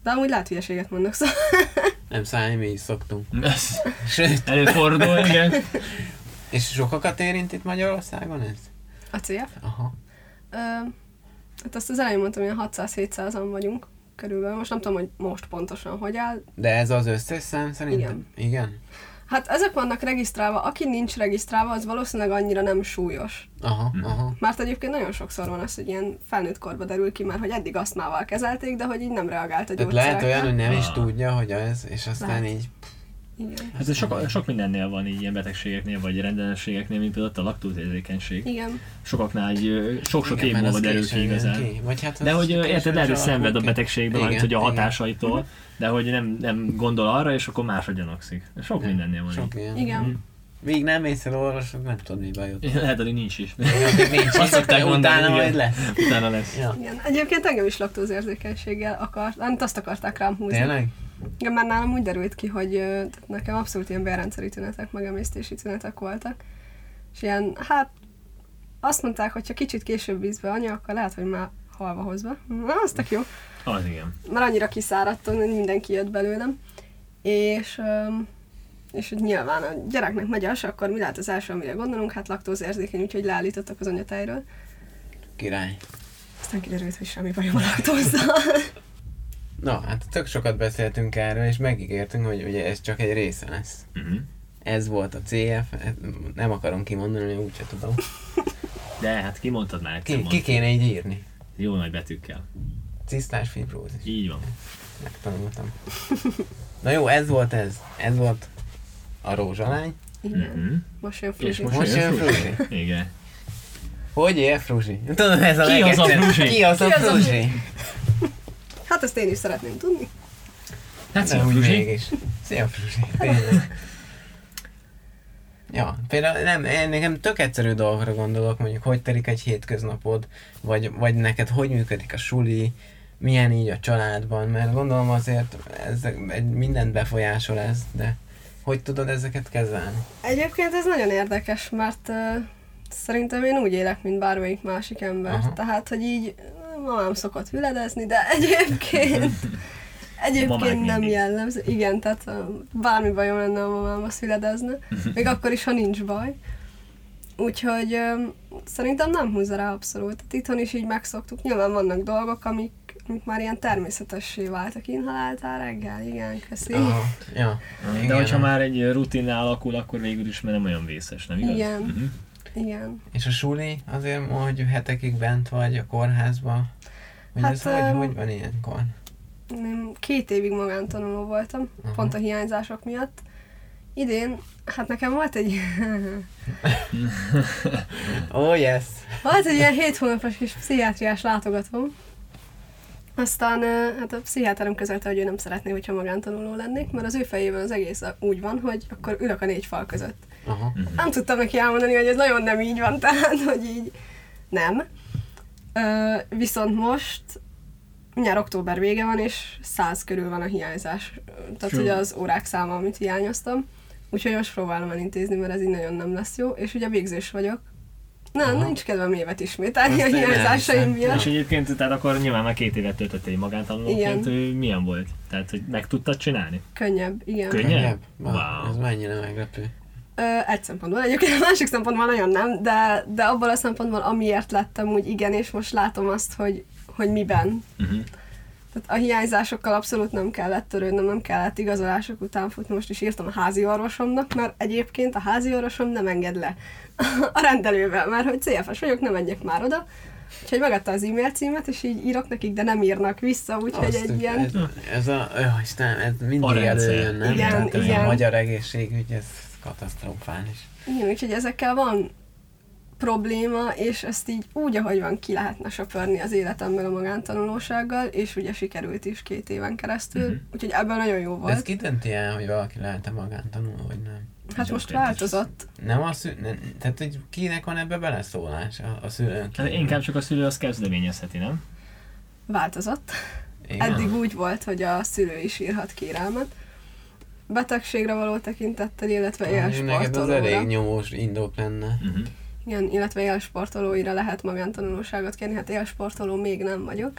C: De amúgy lehet hülyeséget mondok, szóval
A: Nem szállni, mi is szoktunk.
B: Ez
A: Sőt,
B: Előfordul, igen.
A: és sokakat érint itt Magyarországon ez?
C: a CF.
A: Aha.
C: Ö, hát azt az elején mondtam, hogy 600-700-an vagyunk körülbelül. Most nem tudom, hogy most pontosan hogy áll.
A: De ez az összes szám szerintem? Igen. Igen?
C: Hát ezek vannak regisztrálva. Aki nincs regisztrálva, az valószínűleg annyira nem súlyos.
A: Aha,
B: Hm.
A: aha.
C: Mert egyébként nagyon sokszor van az, hogy ilyen felnőtt korba derül ki már, hogy eddig asztmával kezelték, de hogy így nem reagált a
A: Tehát
C: gyógyszerekre.
A: lehet olyan, hogy nem is
B: Ah.
A: tudja, hogy az, és aztán
C: Lehet.
A: így...
C: Igen.
B: Hát ez sok, sok mindennél van így ilyen betegségeknél, vagy rendellenességeknél, mint például ott a laktózérzékenység.
C: Igen.
A: Mhm.
B: Sokaknál egy, ö, sok-sok
A: Igen,
B: év
A: mert
B: múlva
A: az
B: derül
A: későn
B: ki
A: jön
B: igazán.
A: ki. Vagy hát az
B: De hogy ö, érted,
A: későn
B: erről
A: is
B: szenved a
A: alakul ki.
B: betegségben, amit,
A: Igen,
B: hogy a
A: igen. Mhm.
B: hatásaitól, de hogy nem, nem gondol arra, és akkor máshogy gyanakszik. Sok mindennél van
A: Sok
B: így.
A: ilyen.
C: Igen.
A: Még nem mész el orvoshoz, nem tudod, mi bajod.
B: Lehet, hogy nincs is.
A: Addig nincs,
B: Azt szokták
A: de
B: mondani,
A: utána
B: igen.
A: majd lesz.
B: Utána lesz.
A: Ja.
C: Igen. Egyébként engem is laktózérzékenységgel akart, amit azt akarták rám húzni.
A: Tényleg?
C: Igen, mert nálam úgy derült ki, hogy ö, tehát nekem abszolút ilyen bérrendszeri tünetek, meg emésztési tünetek voltak. És ilyen, hát azt mondták, hogy ha kicsit később vízbe anya, akkor lehet, hogy már halva hozva. Na, az tök jó.
B: Az igen.
C: Mert annyira kiszáradtam, hogy mindenki jött belőlem. És, öm, és hogy nyilván a gyereknek megy az, akkor mi lehet az első, amire gondolunk? Hát laktózérzékeny, úgyhogy leállítottak az anyatejről.
A: Király.
C: Aztán kiderült, hogy semmi bajom a laktózzal.
A: Na, hát tök sokat beszéltünk erről, és megígértünk, hogy ugye ez csak egy része lesz.
B: Mhm.
A: Ez volt a CF, nem akarom kimondani, úgyse tudom.
B: De hát kimondtad már egyszer.
A: Ki,
B: mond.
A: ki kéne így írni?
B: Jó nagy betűkkel.
A: Cisztás fibrózis.
B: Így van.
A: Megtanultam. Na jó, ez volt ez. Ez volt a rózsalány.
C: Igen.
B: Mhm.
C: Most jön
B: És
C: Fruzsi.
B: most,
A: Most
B: jön
A: jön
B: Fruzsi.
A: Fruzsi.
B: Igen.
A: Hogy él, Fruzsi? Tudod, ez a
B: Ki az a
A: legegyszerűbb.
B: Fruzsi?
A: Ki az a
C: Ki az a
A: Fruzsi?
C: Hát ezt én is szeretném tudni.
B: Hát
A: De
B: szia,
A: úgy
B: Fruzsi.
A: mégis. Szia, Fruzsi. Tényleg. Ja, például nem, én nekem tök egyszerű dolgokra gondolok, mondjuk hogy telik egy hétköznapod, vagy, vagy neked hogy működik a suli, milyen így a családban, mert gondolom azért ez egy- mindent befolyásol ez, de hogy tudod ezeket kezelni?
C: Egyébként ez nagyon érdekes, mert uh, szerintem én úgy élek, mint bármelyik másik ember.
A: Aha.
C: Aha. Tehát, hogy így ö, mamám szokott hüledezni, de egyébként
B: Mamák
C: egyébként nem
B: mindig.
C: jellemző. Igen, tehát ö, bármi bajom lenne, a mamám azt hüledezne. Még akkor is, ha nincs baj. Úgyhogy ö, szerintem nem húzza rá abszolút. Tehát itthon is így megszoktuk. Nyilván vannak dolgok, amik, amik már ilyen természetessé váltak. Inhaláltál reggel? Igen, köszi.
A: Aha. Ja.
B: De hogyha már egy rutinnál alakul, akkor végül is már nem olyan vészes, nem igaz?
C: Igen.
B: Mhm.
C: Igen.
A: És a suli azért, hogy hetekig bent vagy a kórházban, hogy
C: Hát,
A: ez hogy,
C: öm,
A: hogy van ilyenkor?
C: Nem, két évig magántanuló voltam,
A: Aha.
C: pont a hiányzások miatt. Idén, hát nekem volt egy,
A: Oh yes!
C: volt egy ilyen hét hónapos kis pszichiátriás látogatóm. Aztán ö, hát a pszichiáterem közölte, hogy ő nem szeretné, hogyha magántanuló lennék, mert az ő fejében az egész úgy van, hogy akkor ülök a négy fal között.
A: Aha.
C: Nem tudtam neki elmondani, hogy ez nagyon nem így van, tehát, hogy így nem. Ö, viszont most mindjárt október vége van, és száz körül van a hiányzás. Tehát,
B: Sure.
C: hogy az órák száma, amit hiányoztam. Úgyhogy most próbálom elintézni, mert ez így nagyon nem lesz jó. És ugye végzős vagyok. Nem,
A: Aha.
C: nincs kedvem évet ismételni a
A: Azt én
C: hiányzásaim
A: elhiszem.
C: miatt.
B: És egyébként, tehát akkor nyilván már két évet töltöttél magántanulóként,
C: Igen.
B: Ö, milyen volt? Tehát, hogy meg tudtad csinálni?
C: Könnyebb, igen.
B: Könnyebb?
A: Könnyebb?
B: Wow.
A: Wow. Ez mennyire meglepő.
C: Ö, egy szempontból, egyébként a másik szempontból nagyon nem, de, de abból a szempontból, amiért lettem úgy igen, és most látom azt, hogy, hogy miben.
B: Mhm.
C: Tehát a hiányzásokkal abszolút nem kellett törődnöm, nem kellett igazolások után futni. Most is írtam a házi orvosomnak, mert egyébként a házi orvosom nem enged le a rendelővel, mert hogy CFS vagyok, nem menjek már oda. Úgyhogy megadta az e-mail címet, és így írok nekik, de nem írnak vissza, úgyhogy
A: Azt,
C: egy ilyen...
A: ez, ez a, jó, Istenem, ez
B: A
A: mindig
B: rendszer.
A: előjön, nem?
C: Igen,
A: Tehát ez
C: igen.
A: a magyar egészségügy, ez katasztrofális.
C: Igen, úgyhogy ezekkel van probléma, és ezt így úgy, ahogy van, ki lehetne söpörni az életemből a magántanulósággal, és ugye sikerült is két éven keresztül,
B: Mhm.
C: úgyhogy ebben nagyon jó
A: De ez
C: volt.
A: ki dönti el, hogy valaki lehet-e magántanuló, vagy nem?
C: Hát
B: Jó
C: most
B: kérdés.
C: változott.
A: Nem a szü- nem, tehát, hogy kinek van ebbe beleszólás a, a szülőnk?
B: Hát inkább csak a szülő azt kezdeményezheti, nem?
C: Változott.
A: Igen.
C: Eddig úgy volt, hogy a szülő is írhat kérelmet. Betegségre való tekintettel, illetve
A: Neked az
C: élsportolóra.
A: elég nyomós indok lenne.
B: Uh-huh.
C: Igen, illetve élsportolóira lehet magántanulóságot kérni, hát élsportoló még nem vagyok.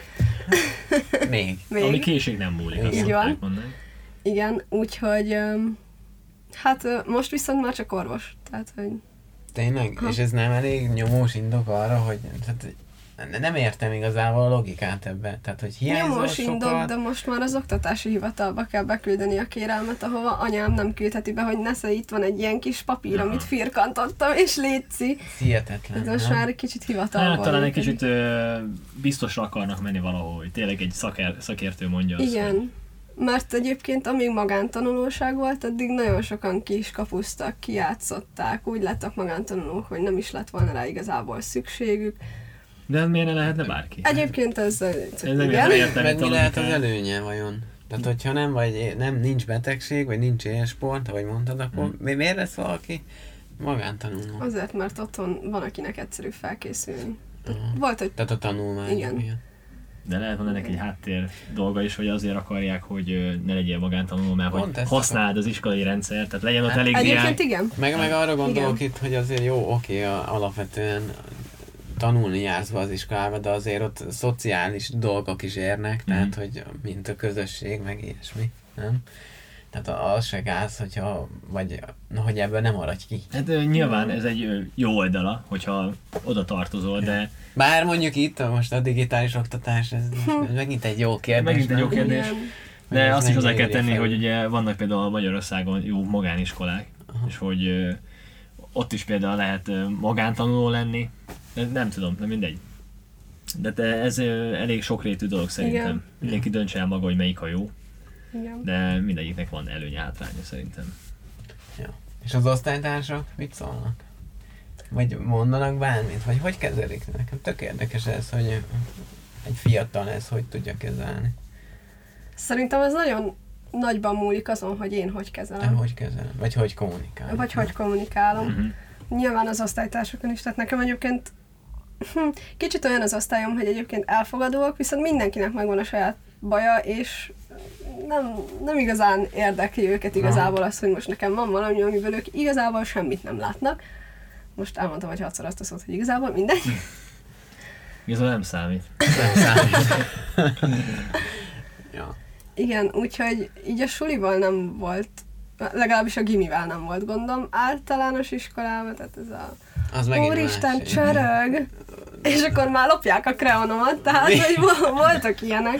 A: Még.
C: Még.
B: Ami késég nem múlik, azt
C: Így
B: szokták
C: van.
B: mondani.
C: Igen, úgyhogy öm, hát ö, most viszont már csak orvos, tehát hogy
A: Tényleg?
C: Ha.
A: És ez nem elég nyomós indok arra, hogy tehát, ne- nem értem igazából a logikát ebbe. Tehát, hogy hiányzol
C: nyomós indok,
A: sokat,
C: de most már az oktatási hivatalba kell beküldeni a kérelmet, ahova anyám nem küldheti be, hogy nesze itt van egy ilyen kis papír, amit firkantottam, és létszi.
A: ez hihetetlen.
C: Ez most
A: nem?
C: már egy kicsit
B: Hát,
C: hivatalban.
B: talán egy kicsit ö, biztosra akarnak menni valahol, hogy tényleg egy szaker, szakértő mondja azt, hogy
C: Igen. Mert egyébként amíg magántanulóság volt, addig nagyon sokan ki is kapuztak, kijátszották, úgy lettek magántanulók, hogy nem is lett volna rá igazából szükségük.
B: De hát miért ne lehetne bárki?
C: Egyébként ez,
B: Ez nem értem, értem
A: Meg
B: itt a
A: mi lehet az
B: logikát.
A: előnye vajon? Tehát, hogyha nem, vagy, nem nincs betegség, vagy nincs ilyen sport, ahogy mondtad, akkor mi, miért lesz valaki magántanuló?
C: Azért, mert otthon van, akinek egyszerű felkészülni. Tehát Volt, hogy
A: Tehát a tanulmány.
C: Igen.
B: De lehet van ennek egy háttér dolga is, hogy azért akarják, hogy ö, ne legyél magántanuló, mert
A: Pont
B: hogy
A: ezt
B: használd az iskolai rendszer, tehát legyen ott
A: Hát
B: elég diák.
C: egyébként igen.
A: Meg, meg arra gondolok itt, hogy azért jó, oké, a- alapvetően tanulni jársz be az iskolába, de azért ott szociális dolgok is érnek, tehát hogy mint a közösség, meg ilyesmi, nem? Tehát a- az se gáz, hogyha, vagy, na, hogy ebből nem maradj ki.
B: Hát ö, nyilván ez egy ö, jó oldala, hogyha oda tartozol, de
A: Bár mondjuk itt a- most a digitális oktatás, ez,
C: Hm.
A: ez megint egy jó kérdés.
B: megint egy
A: nem?
B: jó kérdés.
C: Igen.
A: Ez
B: De azt
A: mennyire
B: is hozzá kell
A: éri
B: tenni,
A: fel?
B: hogy ugye vannak például Magyarországon jó magániskolák, és hogy ö, ott is például lehet ö, magántanuló lenni, de nem tudom, de mindegy. De te, ez ö, elég sokrétű dolog szerintem.
C: Igen.
B: Mindenki döntse el maga, hogy melyik a jó,
C: igen.
B: de mindegyiknek van előnye, hátránya szerintem.
A: És az osztálytársak mit szólnak? Vagy mondanak bármit? Vagy hogy kezelik? Nekem tök érdekes ez, hogy egy fiatal ez hogy tudja kezelni.
C: Szerintem ez nagyon nagyban múlik azon, hogy én hogy
A: Te
C: kezelem.
A: hogy kezel? Vagy hogy kommunikál?
C: Vagy hogy kommunikálom.
B: Mhm.
C: Nyilván az osztálytársakon is, tehát nekem egyébként hm, kicsit olyan az osztályom, hogy egyébként elfogadóak, viszont mindenkinek megvan a saját baja, és nem, nem igazán érdekli őket igazából az, hogy most nekem van valami, amiből ők igazából semmit nem látnak. Most elmondtam, hogy hatszor azt a szót, hogy igazából mindegy.
B: Igazából nem számít.
A: Ja.
C: Igen, úgyhogy így a sulival nem volt, legalábbis a gimivel nem volt gondom, általános iskolában, tehát ez a
A: Az megint
C: Úristen,
A: más.
C: csörög! És akkor már lopják a kreonomat, tehát hogy vo- voltak ilyenek.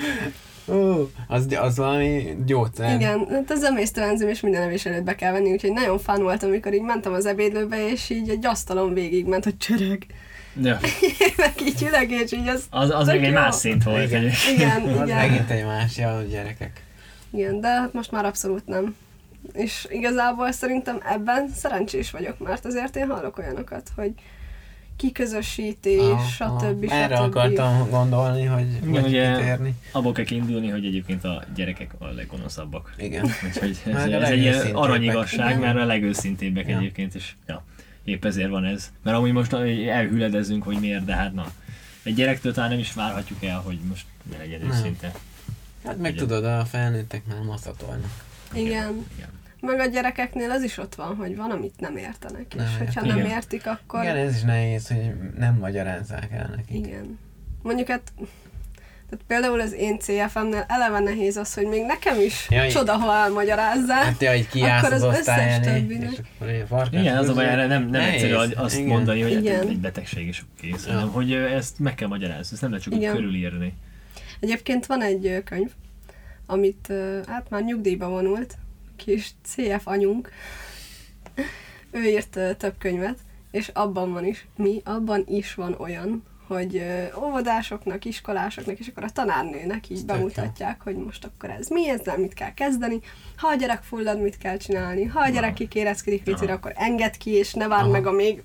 A: Ú, az, az valami gyógyszer.
C: Igen, hát az emésztőenzim és minden evés előtt be kell venni, úgyhogy nagyon fán volt, amikor így mentem az ebédlőbe, és így egy asztalon végig ment, hogy csörög.
B: Ja.
C: Meg így üleg, és így az...
B: Az, az
C: tök
B: még egy
C: jó.
B: más szint volt.
A: Igen.
B: egy-
C: Igen,
A: Az
C: igen,
A: megint egy más, ja, gyerekek.
C: igen, de hát most már abszolút nem. És igazából szerintem ebben szerencsés vagyok, mert azért én hallok olyanokat, hogy kiközösítés,
A: Aha, aha.
C: stb. stb.
A: Erre akartam gondolni, hogy
B: Igen,
A: Igen, hogy
B: ugye
A: kitérni.
B: abból kell kiindulni, hogy egyébként a gyerekek a leggonoszabbak.
A: Igen.
B: Úgyhogy ez,
A: Már a
B: ez egy ilyen
A: legőszintébbek.
B: aranyigasság,
A: Igen.
B: már a legőszintébbek
A: Ja.
B: egyébként is. Ja. Épp ezért van ez. Mert amúgy most elhüledezünk, hogy miért, de hát na. Egy gyerektől talán nem is várhatjuk el, hogy most ne legyen
A: Nem.
B: őszinte.
A: Hát meg
B: Ugye.
A: tudod, a felnőttek már maszatolnak.
C: Igen.
B: Igen.
C: meg a gyerekeknél az is ott van, hogy van, amit nem értenek.
A: Nem
C: és hogyha
A: értik.
C: nem
B: Igen.
C: értik, akkor...
A: Igen, ez is nehéz, hogy nem magyarázzák el nekik.
C: Igen. Mondjuk hát, tehát például az én CFM-nél eleve nehéz az, hogy még nekem is
A: Ja,
C: Jaj.
A: i-
C: csoda, ha elmagyarázzák.
A: Hát te, így kiállsz
C: akkor
A: az,
C: az
A: osztály
C: összes
A: elé,
C: többinek.
A: és akkor ilyen farkas
B: Igen, az a baj,
A: közül.
B: erre nem, nem
A: Nehéz.
B: egyszerű azt
A: Igen.
B: Igen. mondani, hogy Igen.
C: Igen.
B: egy betegség is kész, hanem hogy ö, ezt meg kell magyarázni, ezt nem lehet csak úgy
C: Igen.
B: körülírni.
C: Egyébként van egy ö, könyv, amit ö, hát már nyugdíjba vonult, kis CF anyunk. Ő írt ö, több könyvet, és abban van is, mi, abban is van olyan, hogy ö, óvodásoknak, iskolásoknak, és akkor a tanárnőnek így
A: tök jó.
C: bemutatják, hogy most akkor ez mi, ezzel mit kell kezdeni, ha a gyerek fullad, mit kell csinálni, ha a gyerek kikérezkedik viccire, akkor enged ki, és ne várd meg, amíg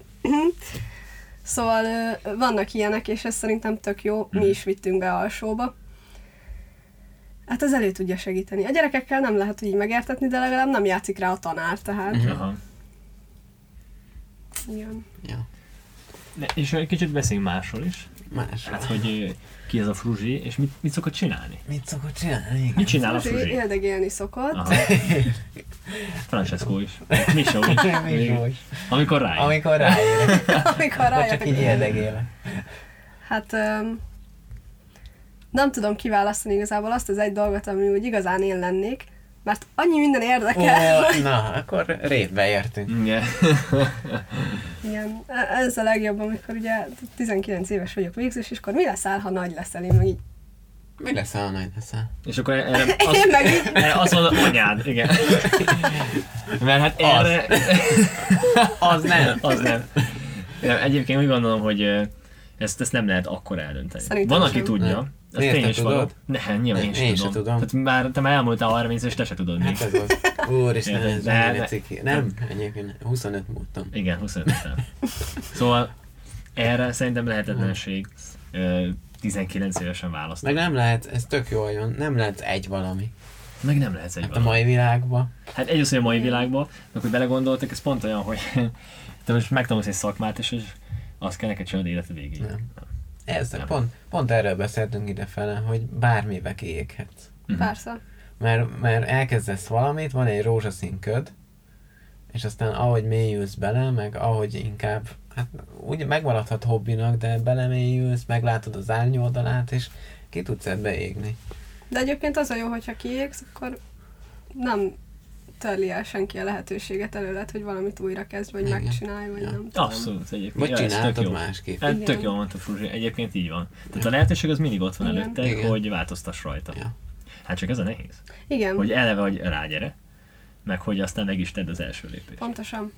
C: Szóval ö, vannak ilyenek, és ez szerintem tök jó, mi is vittünk be alsóba. Hát ez elő tudja segíteni. A gyerekekkel nem lehet így megértetni, de legalább nem játszik rá a tanár, tehát
A: Mhm.
B: Aha.
C: igen.
A: Ja,
B: Ne, és egy kicsit beszéljünk másról is.
A: más.
B: Hát, hogy ö, ki ez a fruzsi, és mit, mit szokott csinálni?
A: Mit szokott csinálni? Igen.
B: Mit csinál a
C: Fruzsi
B: fruzsi?
C: Éldegélni szokott.
B: Aha. Francesco is. Misó is.
A: Mikó is.
B: Amikor rájön.
A: Amikor ráérek,
C: Amikor
A: akkor csak így
C: rájöttek.
A: érdegélek.
C: Hát öm, nem tudom kiválasztani igazából azt az egy dolgot, ami úgy igazán én lennék, mert annyi minden
A: Ó,
C: érdekel.
A: na, akkor rétbe értünk.
B: Igen.
C: Igen, e- ez a legjobb, amikor ugye 19 éves vagyok végzős, és akkor mi leszel, ha nagy leszel? Én meg így,
A: Mi leszel, ha nagy leszel?
B: És akkor erre
C: én
B: azt,
C: meg így,
B: erre azt mondod, anyád, igen. Mert hát
A: Az.
B: erre...
A: Az nem.
B: Az nem. nem. Egyébként úgy gondolom, hogy ö, ezt, ezt nem lehet akkor eldönteni.
C: Szerintem
B: Van, aki
C: sem.
B: tudja.
A: Nem.
B: Ez
A: Miért
B: tény
A: te
B: is
A: tudod?
B: való. Ne, nyilván
A: Én
B: én, sem
A: se
B: tudom.
A: tudom.
B: Tehát már te már elmúltál 30 és te se tudod még.
A: Hát ez az. Úristen, ez
B: De-
A: nem
B: de-
A: ciki. Nem, egyébként 25 múltam.
B: Igen, 25 után. Szóval erre szerintem lehetetlenség ö, 19 évesen
A: Meg
B: választani.
A: nem lehet, ez tök jól jön, nem lehet egy valami.
B: Meg nem lehetsz egy
A: Hát a
B: valami.
A: mai világban.
B: Hát egyrészt, hogy a mai világban, meg hogy belegondoltak, ez pont olyan, hogy te most megtanulsz egy szakmát, és és azt kell neked csinálni életed végig.
A: Nem. Ez,
B: Nem.
A: pont, pont erről beszéltünk idefele, hogy bármibe kiéghetsz.
B: Mhm.
C: persze,
A: Mert, mert elkezdesz valamit, van egy rózsaszín köd, és aztán ahogy mélyülsz bele, meg ahogy inkább, hát úgy megmaradhat hobbinak, de belemélyülsz, meglátod az árnyoldalát, és ki tudsz ebbe égni.
C: De egyébként az a jó, hogyha kiégsz, akkor nem törli el senki a lehetőséget előled, hogy valamit újra kezd, vagy
A: Igen.
C: megcsinálj, vagy
A: Ja.
C: nem tudom.
B: Abszolút egyébként.
A: Vagy
B: Ja, ez tök
A: csináltad
B: jó.
A: másképp.
B: Hát
C: Igen.
B: tök jól mondta Fruzsi, egyébként így van. Tehát a lehetőség az mindig ott van
C: Igen.
B: előtte,
A: Igen.
B: hogy változtass rajta.
A: Ja.
B: Hát csak ez a nehéz.
C: Igen,
B: Hogy eleve, hogy rágyere, meg hogy aztán meg is tedd az első lépést.
C: pontosan.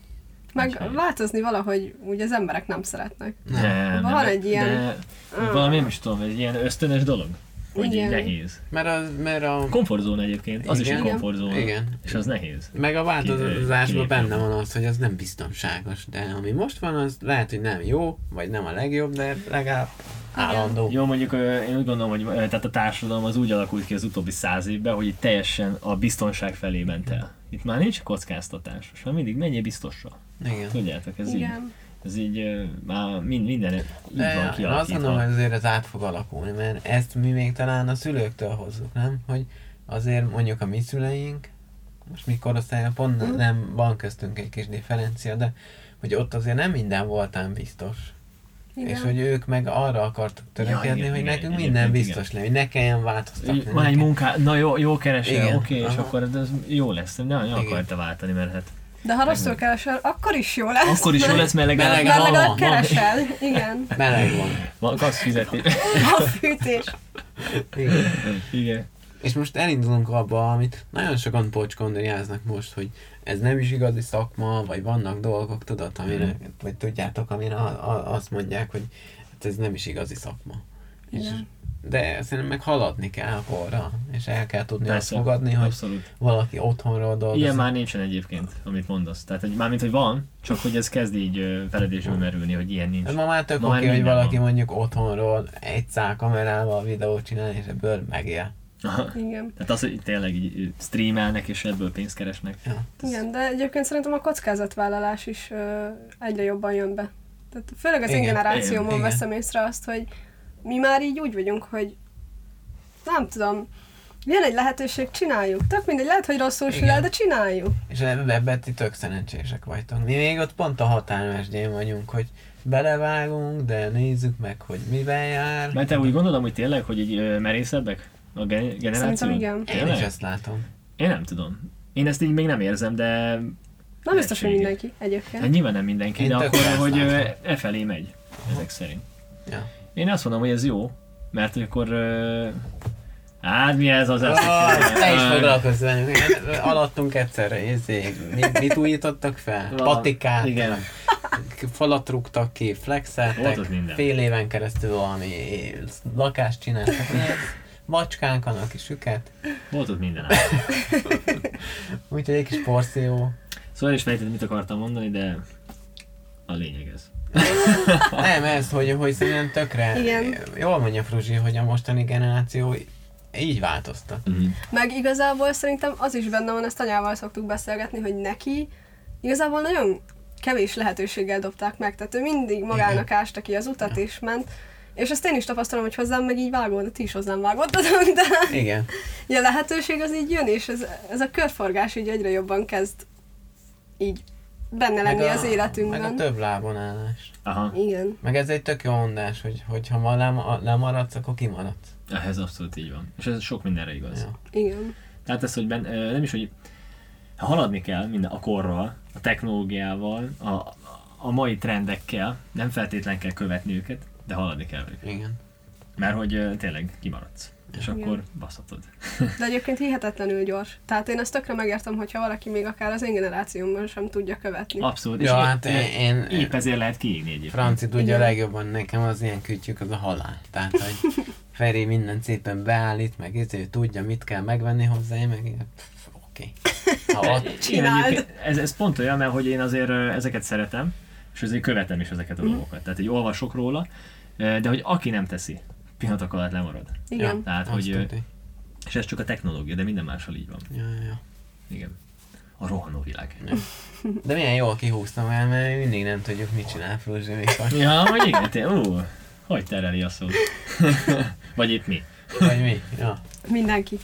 C: Meg
B: Úgyhogy-
C: változni valahogy úgy az emberek nem szeretnek.
B: Nem,
C: Van
B: nem,
C: egy ilyen-
B: De valami nem is tudom, egy ilyen ösztönös dolog. Hogy így
C: Igen.
B: nehéz.
A: Mert a, mert a
B: Komfortzóna egyébként, az
A: Igen.
B: is egy komfortzóna.
A: Igen.
B: És az nehéz.
A: meg a változásban
B: Kilépni.
A: benne van az, hogy az nem biztonságos, de ami most van, az lehet, hogy nem jó, vagy nem a legjobb, de legalább állandó.
B: Jó, mondjuk ö, én úgy gondolom, hogy ö, tehát a társadalom az úgy alakult ki az utóbbi száz évben, hogy itt teljesen a biztonság felé ment el. Itt már nincs kockáztatás, most már mindig menjél biztosra.
A: Igen.
B: Tudjátok, ez így.
C: Igen.
B: Ez így ö, már mind, minden így van
A: De én azt gondolom,
B: kialakítva.
A: hogy azért ez át fog alakulni, mert ezt mi még talán a szülőktől hozzuk, nem? Hogy azért mondjuk a mi szüleink, most mi korosztályon pont ne- nem van köztünk egy kis differencia, de hogy ott azért nem minden voltán biztos. Igen. És hogy ők meg arra akartak törekedni, ja,
B: igen,
A: hogy
B: igen,
A: nekünk
B: igen,
A: minden
B: igen.
A: biztos legyen, hogy ne kelljen változtatni.
B: Így Van egy
A: nekünk.
B: munká, na jó, jó
A: Igen.
B: keresel, oké, és
A: Aha.
B: akkor ez- ez jó lesz, nem, nem
A: Igen.
B: akarta váltani, mert hát
C: De ha rosszul keresel, akkor is jó lesz.
B: akkor is jó lesz, mert legalább,
A: Meleg
C: Mert
A: van,
C: legalább
A: van.
C: keresel, igen.
A: Meleg van.
B: van, kapsz fizetést.
C: A fűtés.
A: Igen.
B: Igen.
A: És most elindulunk abba, amit nagyon sokan pocskondriáznak most, hogy ez nem is igazi szakma, vagy vannak dolgok, tudod, amire,
B: Mhm.
A: vagy tudjátok, amire a, a, azt mondják, hogy hát ez nem is igazi szakma. És,
C: Igen.
A: de szerintem meg haladni kell a korra, és el kell tudni
B: Persze,
A: azt fogadni, hogy
B: abszolút.
A: valaki otthonról dolgozik.
B: Ilyen már nincsen egyébként, amit mondasz. Tehát, hogy mármint, hogy van, csak hogy ez kezd így ö, feledésbe merülni, hogy ilyen nincs.
A: Ez Hát ma már tök
B: Ma
A: oké,
B: már
A: okay, hogy
B: minden
A: valaki
B: van.
A: mondjuk otthonról egy szál kamerával videót csinál, és ebből megél.
B: Aha.
C: Igen.
B: Tehát az, hogy tényleg így ö, streamelnek és ebből pénzt keresnek.
A: Ja.
C: Igen, de egyébként szerintem a kockázatvállalás is ö, egyre jobban jön be. Tehát főleg az én
A: Igen,
C: generációmon
A: igen.
C: veszem észre azt, hogy mi már így úgy vagyunk, hogy nem tudom, Milyen egy lehetőség, csináljuk. Tök mindegy, lehet, hogy rosszul sül el,
A: Igen.
C: de csináljuk.
A: És ebben ebbe ti tök szerencsések vagytok. Mi még ott pont a határmesdjén vagyunk, hogy belevágunk, de nézzük meg, hogy mivel jár.
B: Mert te úgy gondolom, hogy tényleg, hogy így ö, merészebbek a gen- generáció?
C: igen.
A: Én is
B: Tényleg?
A: ezt látom.
B: Én nem tudom. Én ezt így még nem érzem, de
C: Nem biztos, hogy
B: Lehetséges.
C: mindenki
B: hát
C: egyébként.
B: nyilván nem mindenki,
A: Én
B: de
A: tök
B: akkor,
A: rászálltam.
B: hogy ö, e felé megy, ezek szerint.
A: Ja.
B: Én azt mondom, hogy ez jó, mert akkor... ö, Hát mi ez az az?
A: Ah, te is foglalkozz velünk. Hát, Alattunk egyszerre, ézzék. Mit, mit újítottak fel?
B: Val-
A: Patikát,
B: Igen.
A: falat rúgtak ki, flexeltek,
B: Volt ott minden.
A: fél éven keresztül valami lakást csináltak. Mi ez? Macskánk, annak is süket.
B: Volt ott minden.
A: Úgyhogy egy kis porció.
B: Szóval el is fejtettem, mit akartam mondani, de a lényeg ez.
A: Nem, ez, hogy, hogy szerintem tökre...
C: Igen.
A: Jól mondja Fruzsi, hogy a mostani generáció így változtat.
B: Mhm.
C: Meg igazából szerintem az is benne van, ezt anyával szoktuk beszélgetni, hogy neki igazából nagyon kevés lehetőséggel dobták meg, tehát ő mindig magának
A: Igen.
C: ásta ki az utat és ment. És ezt én is tapasztalom, hogy hozzám meg így vágod, de ti is hozzám vágod, de
A: Igen.
C: Ja, a lehetőség az így jön, és ez, ez a körforgás így egyre jobban kezd így benne lenni
A: Meg a-
C: az életünkben.
A: Meg a több lábon állás.
B: Aha,
C: Igen.
A: Meg ez egy tök jó mondás, hogy, hogy ha ma lem- lemaradsz, akkor kimaradsz.
B: ez abszolút így van. És ez sok mindenre igaz.
A: Ja.
C: Igen.
B: Tehát ez, hogy ben, ö, nem is, hogy haladni kell minden a korral, a technológiával, a, a mai trendekkel, nem feltétlen kell követni őket, de haladni kell velük.
A: Igen.
B: Mert hogy ö, tényleg kimaradsz. És akkor baszhatod.
C: De egyébként hihetetlenül gyors. Tehát én ezt tökre megértem, hogyha valaki még akár az én generációmban sem tudja követni.
B: Abszolút.
A: Ja,
B: és
A: hát
B: épp,
A: én- én-
B: épp ezért lehet kiégni egyébként.
A: Franci tudja
C: Igen.
A: legjobban nekem az ilyen kütyük, az a halál. Tehát, hogy Feri minden szépen beállít, meg ez, ő tudja, mit kell megvenni hozzá, én meg én- pff, oké. Ha ott,
B: Én
C: Csináld.
B: egyébként- Ez, ez pont olyan, mert hogy én azért ö, ezeket szeretem, és azért követem is ezeket a dolgokat. Tehát így olvasok róla, ö, de hogy aki nem teszi, pillanatok alatt lemarad.
C: Igen.
A: Ja.
B: Tehát,
A: azt
B: hogy, ö,
A: tudni.
B: és ez csak a technológia, de minden mással így van.
A: Ja, ja, ja.
B: Igen. A rohanó világ.
A: De milyen jól kihúztam el, mert mi mindig nem tudjuk, mit csinál Fruzsi, mikor,
B: Ja, vagy igen, te, ú, hogy tereli a szó? vagy itt mi?
A: vagy mi. Ja.
C: Mindenki.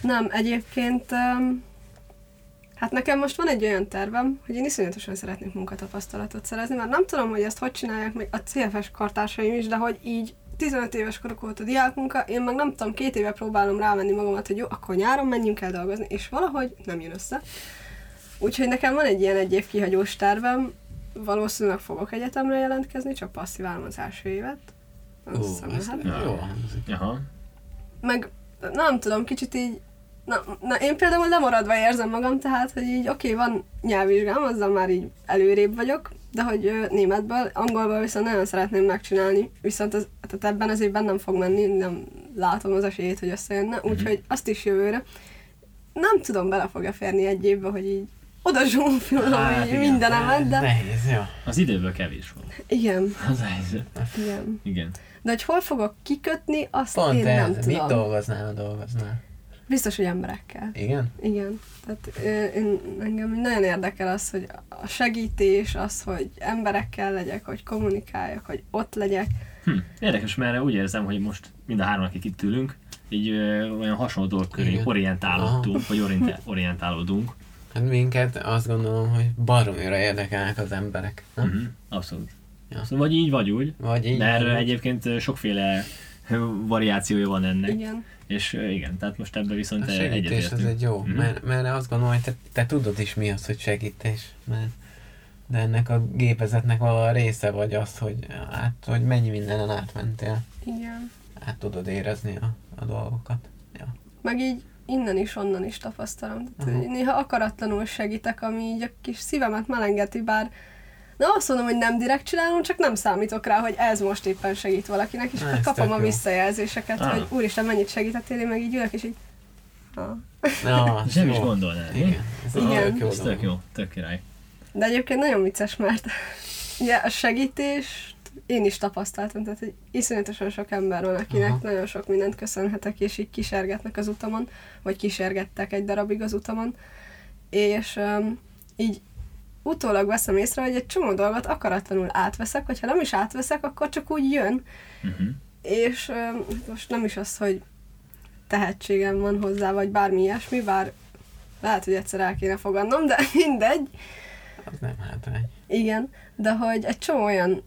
C: Nem, egyébként... Um, hát nekem most van egy olyan tervem, hogy én iszonyatosan szeretnék munkatapasztalatot szerezni, mert nem tudom, hogy ezt hogy csinálják még a CFS kartársaim is, de hogy így 15 éves korok óta diákmunka, én meg nem tudom, két éve próbálom rávenni magamat, hogy jó, akkor nyáron menjünk el dolgozni, és valahogy nem jön össze. Úgyhogy nekem van egy ilyen egy év kihagyós tervem, valószínűleg fogok egyetemre jelentkezni, csak passziválom az első évet.
A: Ú,
C: Azt hiszem,
A: ez
C: hát-
A: jó hangzik.
B: Aha.
C: meg nem tudom, kicsit így, na, na én például lemaradva érzem magam, tehát, hogy így oké, okay, van nyelvvizsgám, azzal már így előrébb vagyok, de hogy ö, németből, angolból viszont nagyon szeretném megcsinálni, viszont az, tehát ebben az évben nem fog menni, nem látom az esélyét, hogy összejönne,
A: Mhm.
C: úgyhogy azt is jövőre nem tudom, bele fog-e férni egy évbe, hogy így oda zsúfolom
B: Hát
C: így
B: igen,
C: mindenemet, de
A: Nehéz, jó.
B: Az időből kevés van.
C: igen,
B: Az a helyzet.
C: igen.
B: Igen.
C: De hogy hol fogok kikötni, azt
A: Pont
C: én nem
A: ez. Mit
C: tudom.
A: dolgoznál, ha dolgoznál?
C: Biztos, hogy emberekkel.
A: Igen?
C: Igen, tehát ö, én, engem nagyon érdekel az, hogy a segítés, az, hogy emberekkel legyek, hogy kommunikáljak, hogy ott legyek.
B: Hm. Érdekes, mert úgy érzem, hogy most mind a hárman, akik itt ülünk, így ö, olyan hasonló dolgok köré
A: Igen.
B: orientálódtunk, vagy orientál, orientálódunk.
A: Hát minket azt gondolom, hogy baromira érdekelnek az emberek, nem?
B: Mhm, Abszolút.
A: Ja.
B: Abszolút. Vagy így, vagy úgy.
A: Vagy így.
B: De erre
A: vagy úgy.
B: egyébként ö, sokféle ö, variációja van ennek.
C: Igen.
B: És ö, igen, tehát most ebben viszont
A: A
B: ö,
A: segítés az
B: egyetértünk.
A: egy jó,
B: Mhm.
A: mert, mert azt gondolom, hogy te, te tudod is mi az, hogy segítés, mert de ennek a gépezetnek a része vagy az, hogy, át, hogy mennyi mindenen átmentél,
C: Igen.
A: át tudod érezni a, a dolgokat. Ja.
C: Meg így innen is, onnan is tapasztalom. Tehát, hogy néha akaratlanul segítek, ami így a kis szívemet melengeti, bár Na azt mondom, hogy nem direkt csinálom, csak nem számítok rá, hogy ez most éppen segít valakinek, és
A: Na,
C: akkor
A: ez
C: kapom
A: tök
C: a
A: jó.
C: visszajelzéseket,
B: Ah.
C: hogy úristen, mennyit segítettél, én meg így ülök, és így... Ah.
A: Na, az
B: Nem is
A: jó.
B: gondolnád. mi?
A: Igen, ez
C: Igen.
A: tök jó
B: Ez
A: dolog.
B: tök jó, tök király.
C: De egyébként nagyon vicces, mert ugye a segítést én is tapasztaltam, tehát hogy iszonyatosan sok ember van, akinek
A: Aha.
C: Aha. nagyon sok mindent köszönhetek, és így kísérgetnek az utamon, vagy kísérgettek egy darabig az utamon, és um, így utólag veszem észre, hogy egy csomó dolgot akaratlanul átveszek, vagy ha nem is átveszek, akkor csak úgy jön,
B: Mhm.
C: hát és um, most nem is az, hogy tehetségem van hozzá, vagy bármi ilyesmi, bár lehet, hogy egyszer el kéne fogadnom, de mindegy.
A: Az nem hátrány.
C: Igen, de hogy egy csomó olyan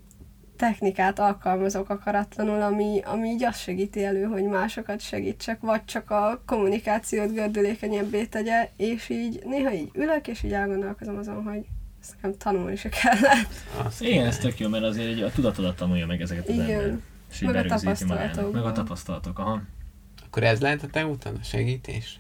C: technikát alkalmazok akaratlanul, ami, ami így azt segíti elő, hogy másokat segítsek, vagy csak a kommunikációt gördülékenyebbé tegye, és így néha így ülök, és így elgondolkozom azon, hogy ezt nekem tanulni se kellett.
A: Azt
B: Igen, ez tök jó, mert azért egy- a tudatodat tanulja meg ezeket az
C: Igen.
B: ember. És így
C: Meg a
B: berögzíti magának.
C: tapasztalatokból.
B: Meg a tapasztalatok, aha.
A: Akkor ez lehet a te utad, a segítés?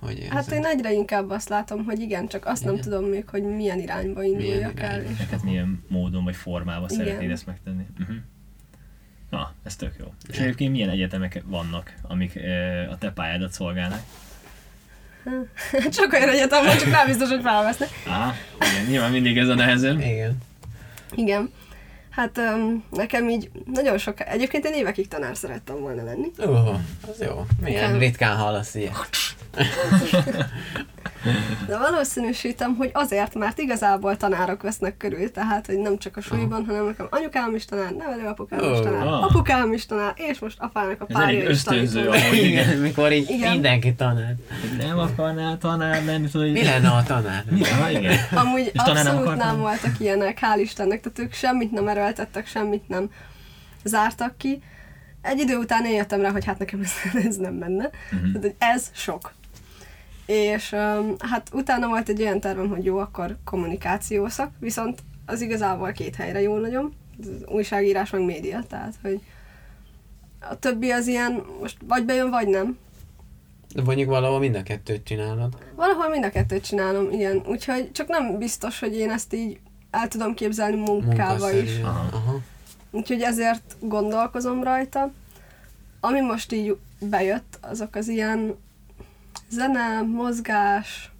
A: Hogy ez
C: Hát én egyre inkább azt látom, hogy igen, csak azt nem
A: Igen.
C: tudom még, hogy milyen irányba induljak el.
A: irányba.
C: És
B: Neked milyen módon vagy formában
C: Igen.
B: szeretnéd ezt megtenni. Uh-huh. Na, ez tök jó. És egyébként milyen egyetemek vannak, amik ö, a te pályádat szolgálnak?
C: csak olyan egyetem van, csak rá biztos, hogy felvesznek.
B: Á, igen, nyilván mindig ez a nehezebb.
A: Igen.
C: Igen. Hát öm, nekem így nagyon sok... Egyébként én évekig tanár szerettem volna lenni.
A: Ó, uh, az jó. Milyen
C: Igen.
A: ritkán hallasz ilyet.
C: De valószínűsítem, hogy azért, mert igazából tanárok vesznek körül, tehát, hogy nem csak a suliban, hanem nekem anyukám is tanár, nevelőapukám is
A: Ó.
C: tanár,
B: Ah.
C: apukám is tanár, és most apának a
B: Ez elég
C: párja is
B: ösztönző,
C: tanító.
B: ahogy igen.
A: Igen, mikor így
C: Igen.
A: mindenki tanár.
B: Nem akarnál tanár lenni, tudod, hogy...
A: Mi lenne a tanár?
B: Mi lenne? Ha, igen.
C: Amúgy
B: És tanár nem
C: abszolút
B: akart
C: nem
B: lenni?
C: voltak ilyenek, hál' Istennek, tehát ők semmit nem erőltettek, semmit nem zártak ki. Egy idő után én jöttem rá, hogy hát nekem ez, ez nem menne.
B: Mhm.
C: Uh-huh. Tehát, hogy ez sok. És um, hát utána volt egy olyan tervem, hogy jó, akkor kommunikációszak, viszont az igazából két helyre jó nagyon, Ez az újságírás meg média, tehát hogy a többi az ilyen, most vagy bejön, vagy nem.
A: De mondjuk valahol mind a kettőt csinálod.
C: Valahol mind a kettőt csinálom, igen. Úgyhogy csak nem biztos, hogy én ezt így el tudom képzelni munkába is.
A: Munkaszerűen.
B: Aha.
A: Aha.
C: Úgyhogy ezért gondolkozom rajta. Ami most így bejött, azok az ilyen zene, mozgás,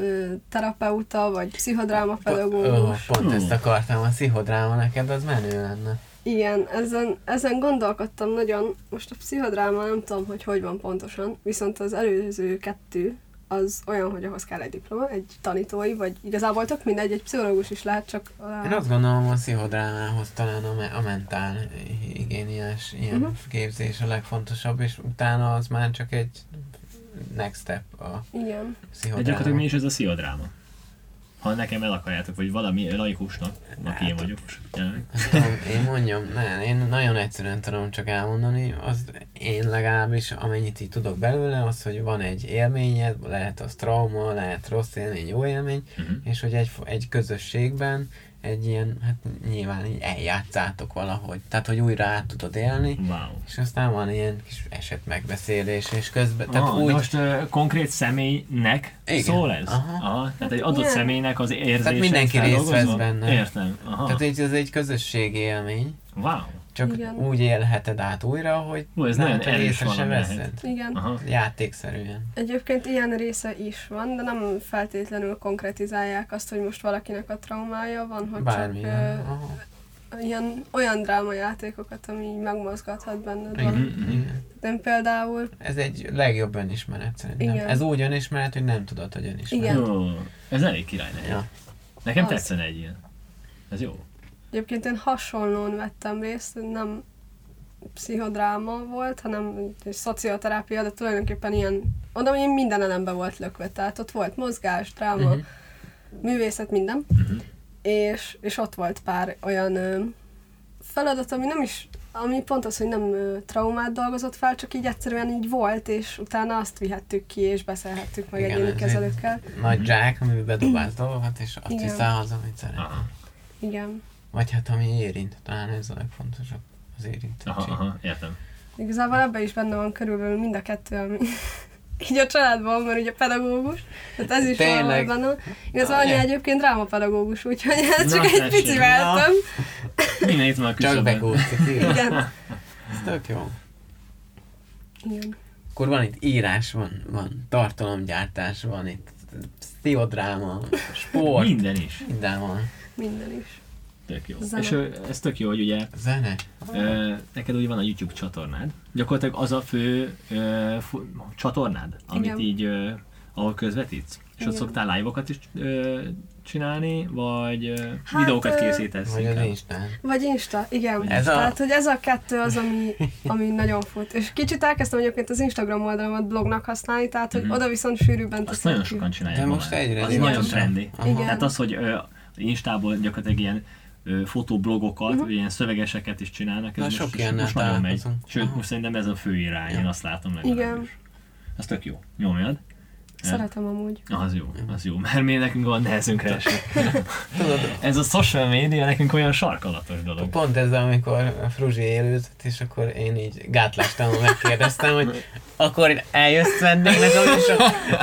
C: ö, terapeuta, vagy pszichodráma
A: Ó,
C: pedagógus.
A: pont ezt akartam, a pszichodráma neked az menő lenne.
C: Igen, ezen, ezen gondolkodtam nagyon. Most a pszichodráma nem tudom, hogy hogy van pontosan, viszont az előző kettő az olyan, hogy ahhoz kell egy diploma, egy tanítói, vagy igazából tök mindegy, egy pszichológus is lehet, csak...
A: Én
C: Uh,
A: azt gondolom, a pszichodrámához talán a, me- a mentál igényes ilyen uh-huh.
C: Mhm.
A: képzés a legfontosabb, és utána az már csak egy next step a
C: igen.
B: De
A: pszichodráma.
B: gyakorlatilag mi is ez a sziodráma? Ha nekem el akarjátok, vagy valami laikusnak, aki én vagyok most
C: Hát.
B: jelenleg.
A: Tudom, Én mondjam, nem, én nagyon egyszerűen tudom csak elmondani, az én legalábbis amennyit így tudok belőle, az, hogy van egy élményed, lehet az trauma, lehet rossz élmény, jó élmény,
B: Mhm.
A: és hogy egy, egy közösségben egy ilyen, hát nyilván így eljátszátok valahogy, tehát hogy újra át tudod élni,
B: Wow.
A: és aztán van ilyen kis eset megbeszélés, és közben, tehát
B: ah,
A: úgy,
B: úgy... Most uh, konkrét személynek
A: Igen.
B: Igen. szól ez?
A: Aha.
B: Aha. Tehát egy adott
C: Igen.
B: személynek az érzését
A: mindenki részt vesz
B: feldolgozva?
A: benne.
B: Értem. Aha.
A: tehát
B: Tehát...
A: így ez egy közösségi élmény,
B: Wow.
A: csak
C: Igen.
A: úgy élheted át újra, hogy
B: Hú, ez
A: nem,
B: nagyon
A: hogy
B: erős
A: észre se
B: valami lehet.
A: veszed.
C: Igen.
B: Aha.
A: Játékszerűen.
C: Egyébként ilyen része is van, de nem feltétlenül konkretizálják azt, hogy most valakinek a traumája van, hogy
A: Bármilyen.
C: csak
A: Aha.
C: ö, ilyen, olyan drámajátékokat, ami így megmozgathat benned
A: Igen.
C: valamit.
A: Igen.
C: Én például,
A: Ez egy legjobb önismeret szerintem.
C: Igen.
A: Ez úgy önismeret, hogy nem tudod, hogy önismeret.
C: Igen.
B: Ó, ez elég király legyen.
A: Ja.
B: Nekem
C: Az.
B: tetszene egy ilyen. Ez jó.
C: egyébként én hasonlón vettem részt, nem pszichodráma volt, hanem egy szocioterápia, de tulajdonképpen ilyen, mondom, hogy én minden elembe volt lökve, tehát ott volt mozgás, dráma,
A: Mhm.
C: művészet, minden. És, és ott volt pár olyan ö, feladat, ami nem is, ami pont az, hogy nem ö, traumát dolgozott fel, csak így egyszerűen így volt, és utána azt vihettük ki, és beszélhettük meg
A: Igen, ez
C: egyéni
A: egy-
C: kezelőkkel.
A: Nagy zsák, amiben bedobálsz dolgokat, és azt
C: Igen.
A: hiszel haza, amit szeret.
B: Aha.
C: Igen.
A: Vagy hát ami érint, talán ez a legfontosabb, az
B: Aha,
A: érintettség.
B: aha, értem.
C: Igazából ebben is benne van körülbelül mind a kettő, ami így a családban, mert ugye pedagógus, tehát ez is
A: Tényleg.
C: van benne. Igazából anya
A: Anya.
C: egyébként drámapedagógus, úgyhogy ez
B: Na,
C: csak egy
B: tessék.
C: picivel
A: Na.
C: több.
B: Minden itt van a
A: Csak
B: küszöbben.
A: bekúszik, igen.
C: Igen.
A: Ez tök jó.
C: Igen.
A: Akkor van itt írás, van, van tartalomgyártás, van itt pszichodráma, sport, minden,
B: Minden is.
A: minden van.
C: Minden is.
B: Tök jó.
C: Zene.
B: És ö, ez tök jó, hogy ugye
A: Zene.
B: Ö, neked úgy van a YouTube csatornád. Gyakorlatilag az a fő ö, fu- csatornád, amit
C: Igen.
B: így ö, ahol közvetítsz? És ott szoktál live-okat is ö, csinálni, vagy ö,
C: Hát,
B: videókat
C: ö,
B: készítesz?
A: Vagy az
B: inkább?
A: Instán.
C: Vagy Insta, igen.
A: Ez
C: Ez
A: a-
C: a... Tehát, hogy ez a kettő az, ami, ami nagyon fut. És kicsit elkezdtem egyébként az Instagram oldalamat blognak használni, tehát, hogy oda viszont sűrűbben
B: Mhm. Azt
C: teszem
B: nagyon
C: ki.
B: sokan csinálják.
A: De
B: ma
A: most
B: már.
A: egyre
B: Az
A: divatosabb.
B: nagyon trendi.
A: Aha.
C: Igen.
B: Tehát az, hogy ö, Instából gyakorlatilag ilyen ö, fotóblogokat,
C: Mhm.
B: uh-huh. ilyen szövegeseket is csinálnak, ez
A: Na,
B: most,
A: sok
B: most,
A: ilyennel
B: most nagyon megy.
A: találkozom.
B: Sőt,
A: Aha.
B: most szerintem ez a fő irány, én azt látom
C: Igen.
B: legalábbis. Ez tök jó. Nyomjad.
C: Szeretem amúgy.
B: Na, Az jó, az jó, mert mi nekünk van nehezünkre esik.
A: Tudod,
B: Ez a social media nekünk olyan sarkalatos dolog.
A: pont ez, amikor a Fruzsi élőzött, és akkor én így gátlástalanul megkérdeztem, hogy akkor eljössz vendégnek, és,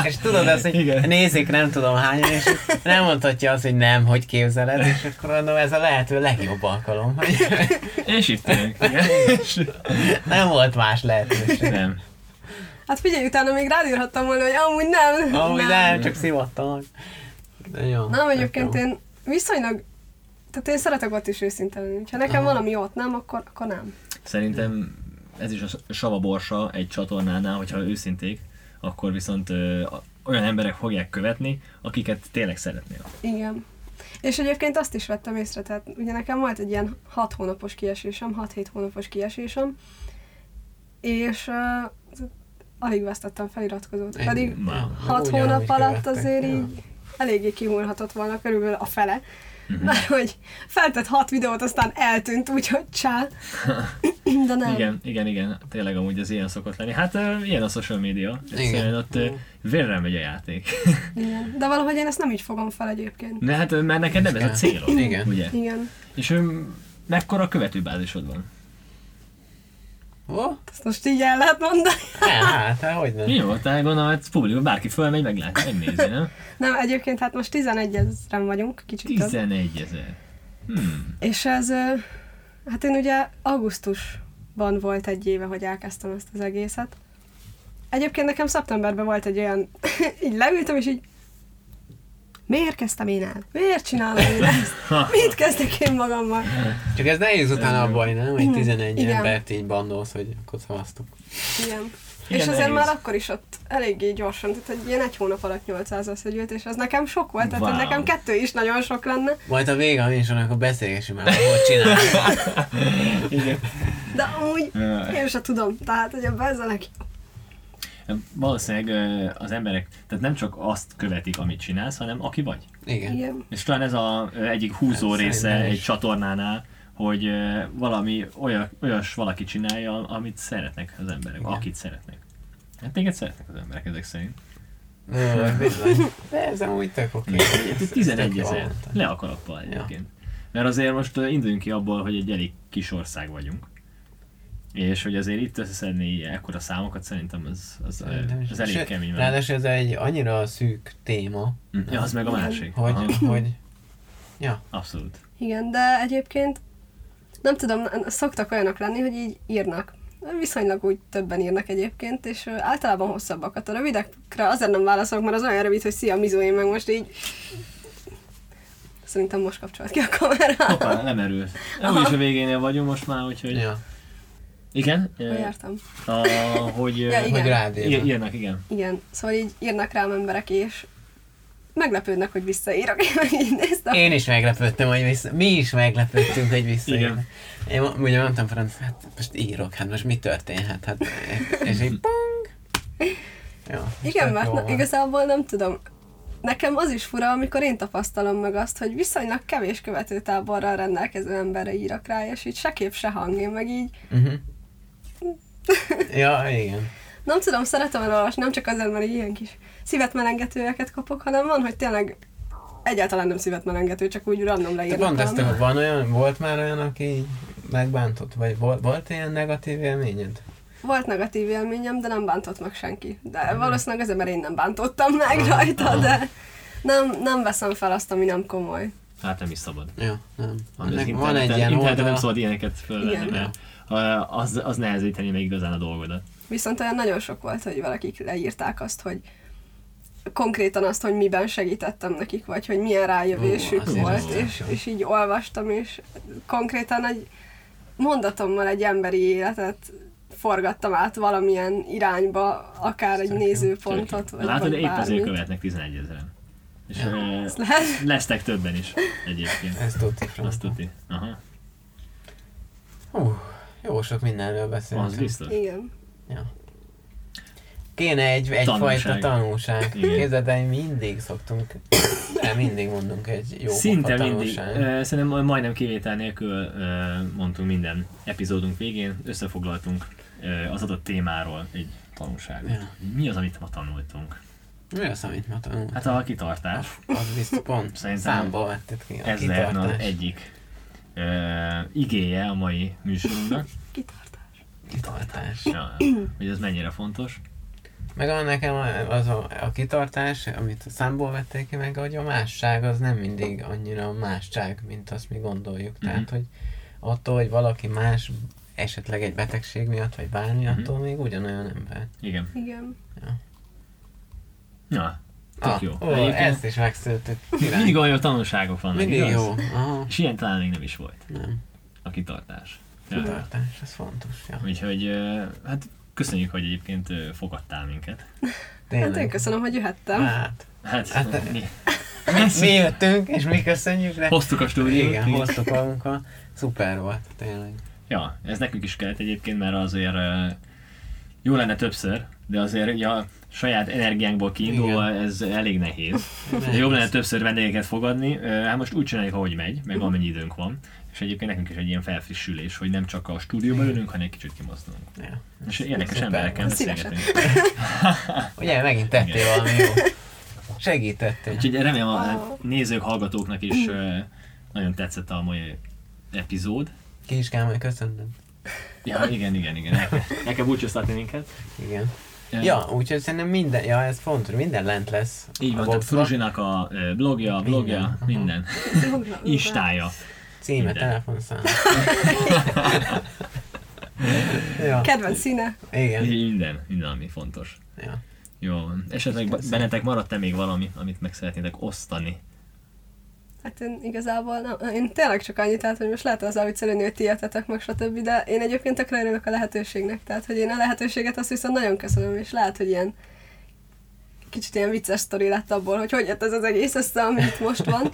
A: és tudod azt, hogy
B: Igen.
A: nézik nem tudom hányan, és nem mondhatja azt, hogy nem, hogy képzeled, és akkor mondom, ez a lehető legjobb alkalom, hogy
B: És itt ülünk, igen.
A: nem volt más lehetőség.
B: Nem.
C: Hát figyelj, utána még rádírhattam volna, hogy amúgy nem.
A: Amúgy nem, csak szivattalak. De jó.
C: Nem,
A: tök
C: egyébként
A: jó.
C: én viszonylag tehát én szeretek ott is őszinte lenni. Ha nekem valami ott nem, akkor, akkor nem.
B: Szerintem ez is a savaborsa egy csatornánál, hogyha őszinték, akkor viszont ö, a- olyan emberek fogják követni, akiket tényleg szeretnél.
C: Igen. És egyébként azt is vettem észre, tehát ugye nekem volt egy ilyen 6 hónapos kiesésem, 6-7 hónapos kiesésem, és uh, alig vesztettem feliratkozót.
A: Ennyi.
C: Pedig
B: Már.
C: 6
A: Ugyanúgy
C: hónap alatt
A: követtek,
C: azért
A: jó.
C: így eléggé kimúlhatott volna körülbelül a fele,
B: Mhm.
C: mert hogy feltett hat videót, aztán eltűnt, úgyhogy csá. De nem.
B: Igen, igen, igen, tényleg amúgy az ilyen szokott lenni. Hát ö, ilyen a social media,
A: Igen.
B: egyszerűen ott ö, vérre megy a játék.
C: Igen. De valahogy én ezt nem így fogom fel egyébként.
B: De hát ö, mert neked nem ez a célod,
A: Igen.
B: ugye?
C: Igen.
B: És ö, mekkora követőbázisod van?
A: Ó,
C: Ezt most így el lehet mondani.
A: hát, hát, hogy nem.
B: Jó, tehát gondolom, hogy publikus, bárki fölmegy, meglátja, megnézi, nem?
C: Nem, egyébként hát most 11 ezeren vagyunk, kicsit több.
B: 11 ezer. Hmm.
C: És ez, ö, hát én ugye augusztusban volt egy éve, hogy elkezdtem ezt az egészet. Egyébként nekem szeptemberben volt egy olyan, így leültem, és így miért kezdtem én el? Miért csinálom én ezt? Mit kezdek én magammal?
A: Csak ez nehéz utána a baj, nem? Hogy 11
C: Igen.
A: embert így bandolsz, hogy akkor szavaztuk.
C: Igen.
B: Igen,
C: és azért
B: nehéz.
C: már akkor is ott eléggé gyorsan, tehát egy ilyen egy hónap alatt 800 az gyűlt, és az nekem sok volt, tehát hogy
B: Wow.
C: nekem kettő is nagyon sok lenne,
A: Majd a vége a műsornak a beszélgésünk már, hogy hogy csináljuk.
B: Igen.
C: de amúgy
B: Jaj.
C: én se tudom, tehát hogy ebben ez a leg...
B: Valószínűleg ö, az emberek, tehát nem csak azt követik, amit csinálsz, hanem aki vagy.
A: Igen.
C: Igen.
B: És talán ez a ö, egyik húzó
A: Hát,
B: része
A: szerintem is.
B: egy csatornánál, hogy ö, valami olyan, olyas valaki csinálja, amit szeretnek az emberek, akit szeretnek. Hát téged szeretnek az emberek ezek szerint.
A: Ö, bizony. De ez amúgy tök oké.
B: Ez
A: Ez
B: 11
A: tök jó
B: ezer.
A: volt.
B: Le a kalappal egyébként. Mert azért most ö, induljunk ki abból, hogy egy elég kis ország vagyunk. És hogy azért itt összeszedni ekkora számokat szerintem az, az, ö,
A: Szerintem is.
B: az elég
A: Sőt,
B: kemény. mert-
A: Ráadásul ez egy annyira szűk téma,
B: Ja, az meg a másik. Aha,
A: hogy, hogy
B: Abszolút.
C: Igen, de egyébként nem tudom, szoktak olyanok lenni, hogy így írnak. Viszonylag úgy többen írnak egyébként, és ö, általában hosszabbakat. A rövidekre azért nem válaszolok, mert az olyan rövid, hogy szia, Mizu, én meg most így... Szerintem most kapcsolt ki a kamerát.
B: Hoppá, nem erül. Úgyis a végénél vagyunk most már, úgyhogy...
A: ja,
B: Igen?
C: Hol
B: eh,
C: jártam?
B: A, hogy... eh,
C: Ja, igen.
A: hogy rád
B: i-
A: érnek.
B: Írnak, igen.
C: Igen, szóval így írnak rám emberek, és meglepődnek, hogy visszaírok. Én meg így néztem.
A: Én is meglepődtem, hogy vissza, mi is meglepődtünk, hogy vissza.
B: Igen.
A: Én ma- ugye mondtam Franc, hát most írok, hát most mi történhet? Hát, és így pong! Jó, és
C: Igen,
A: tök
C: mert
A: jó
C: na,
A: volt.
C: igazából nem tudom. Nekem az is fura, amikor én tapasztalom meg azt, hogy viszonylag kevés követőtáborral rendelkező emberre írok rá, és így se kép, se hang, én meg így
A: Mhm. Ja, igen.
C: nem tudom, szeretem elolvasni, nem csak azért, mert így ilyen kis szívetmelengetőeket kapok, hanem van, hogy tényleg egyáltalán nem szívetmelengető, csak úgy
A: Te
C: random leírnak.
A: pont ezt,
C: valamit.
A: hogy van olyan, volt már olyan, aki így megbántott, vagy volt, volt ilyen negatív élményed?
C: Volt negatív élményem, de nem bántott meg senki. De valószínűleg azért, mert én nem bántottam meg rajta, de nem, nem veszem fel azt, ami nem komoly.
B: Hát nem is szabad.
A: Jó, nem.
B: Van,
A: Ennek
B: az
A: van egy ilyen
B: interneten nem
A: oldala.
B: szabad ilyeneket fölvenni,
C: Igen.
B: mert eh, az, az nehezíteni még igazán a dolgodat.
C: Viszont olyan nagyon sok volt, hogy valakik leírták azt, hogy konkrétan azt, hogy miben segítettem nekik, vagy hogy milyen
A: Ú,
C: rájövésük
A: azért
C: volt,
A: az nagyon
C: és,
A: sok.
C: és így olvastam, és konkrétan egy mondatommal egy emberi életet forgattam át valamilyen irányba, akár egy nézőpontot, vagy,
B: Látod,
C: vagy
B: épp azért
C: bármit.
B: követnek 11 ezeren. És ö,
C: Ez lehet.
B: lesztek többen is egyébként.
A: Ez tuti
B: Azt
A: franco.
B: tudni. Aha,
A: Hú, jó sok mindenről
B: az
A: beszélünk.
B: biztos.
C: Igen.
A: Ja. Kéne egy, egyfajta
B: Tanulság.
A: tanulság.
B: Igen.
A: Képzeld el, mindig szoktunk, de mindig mondunk egy jó pofa
B: Szinte mindig.
A: tanulság.
B: Ö, Szerintem majdnem kivétel nélkül ö, mondtunk minden epizódunk végén, összefoglaltunk ö, az adott témáról egy tanulságot.
A: Ja.
B: Mi az, amit ma tanultunk?
A: Mi az, amit ma tanulunk?
B: Hát a kitartás,
A: Az biztos pont
B: Szerintem
A: számból vetted ki a
B: ez lehetne az
A: kitartás.
B: egyik ö, igéje a mai műsorunknak.
C: Kitartás.
A: kitartás.
B: Ja, hogy ez mennyire fontos.
A: Meg a nekem a- az a, a kitartás, amit számból vették ki, meg hogy a másság az nem mindig annyira másság, mint azt mi gondoljuk.
B: Mhm.
A: Tehát, hogy attól, hogy valaki más esetleg egy betegség miatt, vagy bármi,
B: Mhm.
A: attól még ugyanolyan ember.
B: Igen.
C: Igen.
B: Na, tök jó.
A: Ah, Ó,
B: Egyébként
A: ezt is megszültük.
B: mindig olyan tanulságok vannak,
A: Mindig
B: igaz?
A: jó. Aha,
B: És ilyen talán még nem is volt
A: nem.
B: a kitartás. Ja.
A: Kitartás, ez fontos. Ja.
B: Úgyhogy ö, hát köszönjük, hogy egyébként ö, fogadtál minket.
C: Hát én
A: Tényleg.
C: köszönöm, hogy jöhettem.
A: Hát,
B: Hát,
A: Hát,
B: mi,
A: mi jöttünk, és mi köszönjük, de
B: hoztuk a stúdiót.
A: igen,
B: mi-
A: hoztuk magunkkal. Szuper volt, tényleg.
B: Ja, ez nekünk is kellett egyébként, mert azért ö, jó lenne többször, de azért ugye a saját energiánkból kiindulva ez elég nehéz. De jobb lenne többször vendégeket fogadni. Ö, Hát most úgy csináljuk, ahogy megy, meg
A: Mhm.
B: amennyi időnk van. És egyébként nekünk is egy ilyen felfrissülés, hogy nem csak a stúdióban ülünk, hanem egy kicsit kimozdulunk.
A: Ja.
B: És érdekes
A: szuper.
B: emberekkel
C: Szívesen.
B: beszélgetünk.
A: Ugye, megint tettél valami jó. Segítettél.
B: Úgyhogy remélem a nézők, hallgatóknak is ö, nagyon tetszett a mai epizód.
A: Kiskám, hogy köszönöm.
B: Ja, igen, igen, igen. El kell búcsúztatni minket.
A: Igen. Ja, úgyhogy szerintem minden, ja ez fontos, minden lent lesz.
B: Így
A: a
B: van, tehát
A: boxba.
B: Fruzsinak a ö, blogja, a blogja,
A: Minden.
B: minden. Istája.
A: Címe,
B: minden.
A: telefonszám. ja,
C: Kedvenc színe.
A: igen.
B: Minden, minden, ami fontos.
A: Ja.
B: Jó, esetleg be- bennetek maradt-e még valami, amit meg szeretnétek osztani?
C: Hát én igazából nem, én tényleg csak annyit, tehát hogy most lehet az viccelődni, hogy ti jöttetek meg, stb. De én egyébként tökre örülök a lehetőségnek, tehát hogy én a lehetőséget azt viszont nagyon köszönöm, és lehet, hogy ilyen kicsit ilyen vicces sztori lett abból, hogy hogy jött ez az egész össze, ami itt most van.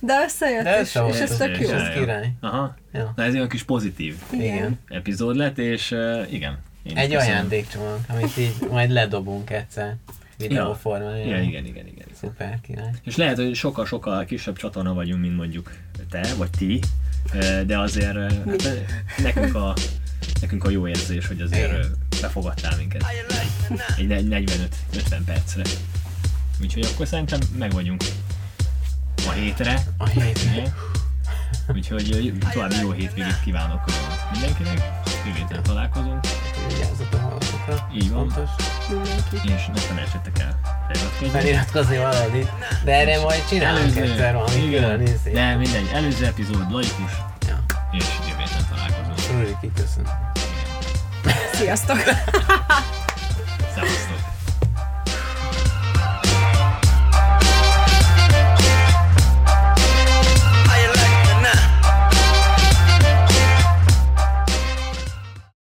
C: De összejött,
A: De
C: és,
A: össze volt
C: és ez
A: az
C: tök
A: egész.
C: jó.
A: Ez király.
B: Aha.
A: Ja.
B: Na ez egy kis pozitív
A: Igen.
B: epizód lett, és ö, igen. Én is
A: Egy
B: köszönöm.
A: ajándékcsomag, amit így majd ledobunk egyszer. Videó formájában.
B: Ja, igen, igen, igen.
A: Szuper király.
B: És lehet, hogy sokkal-sokkal kisebb csatorna vagyunk, mint mondjuk te, vagy ti, ö, de azért ö, hát, ö, nekünk a, nekünk a jó érzés, hogy azért ö, befogadtál minket egy, egy 45-50 percre. Úgyhogy akkor szerintem meg vagyunk ma hétre.
A: A héten.
B: ugye? Úgyhogy ö, további jó hétvégét kívánok ö, mindenkinek. Jövő héten találkozunk,
A: Vigyázzatok magatokra.
B: Így van.
A: Fontos.
B: és ne felejtsetek el feliratkozni.
A: Feliratkozni valamit. De erre majd csinálunk egyszer valami külön izé.
B: De mindegy, előző epizód laikus,
A: Ja.
B: és jövő héten találkozunk.
A: Rúri, kiköszönöm.
C: Sziasztok!
B: Szevasztok!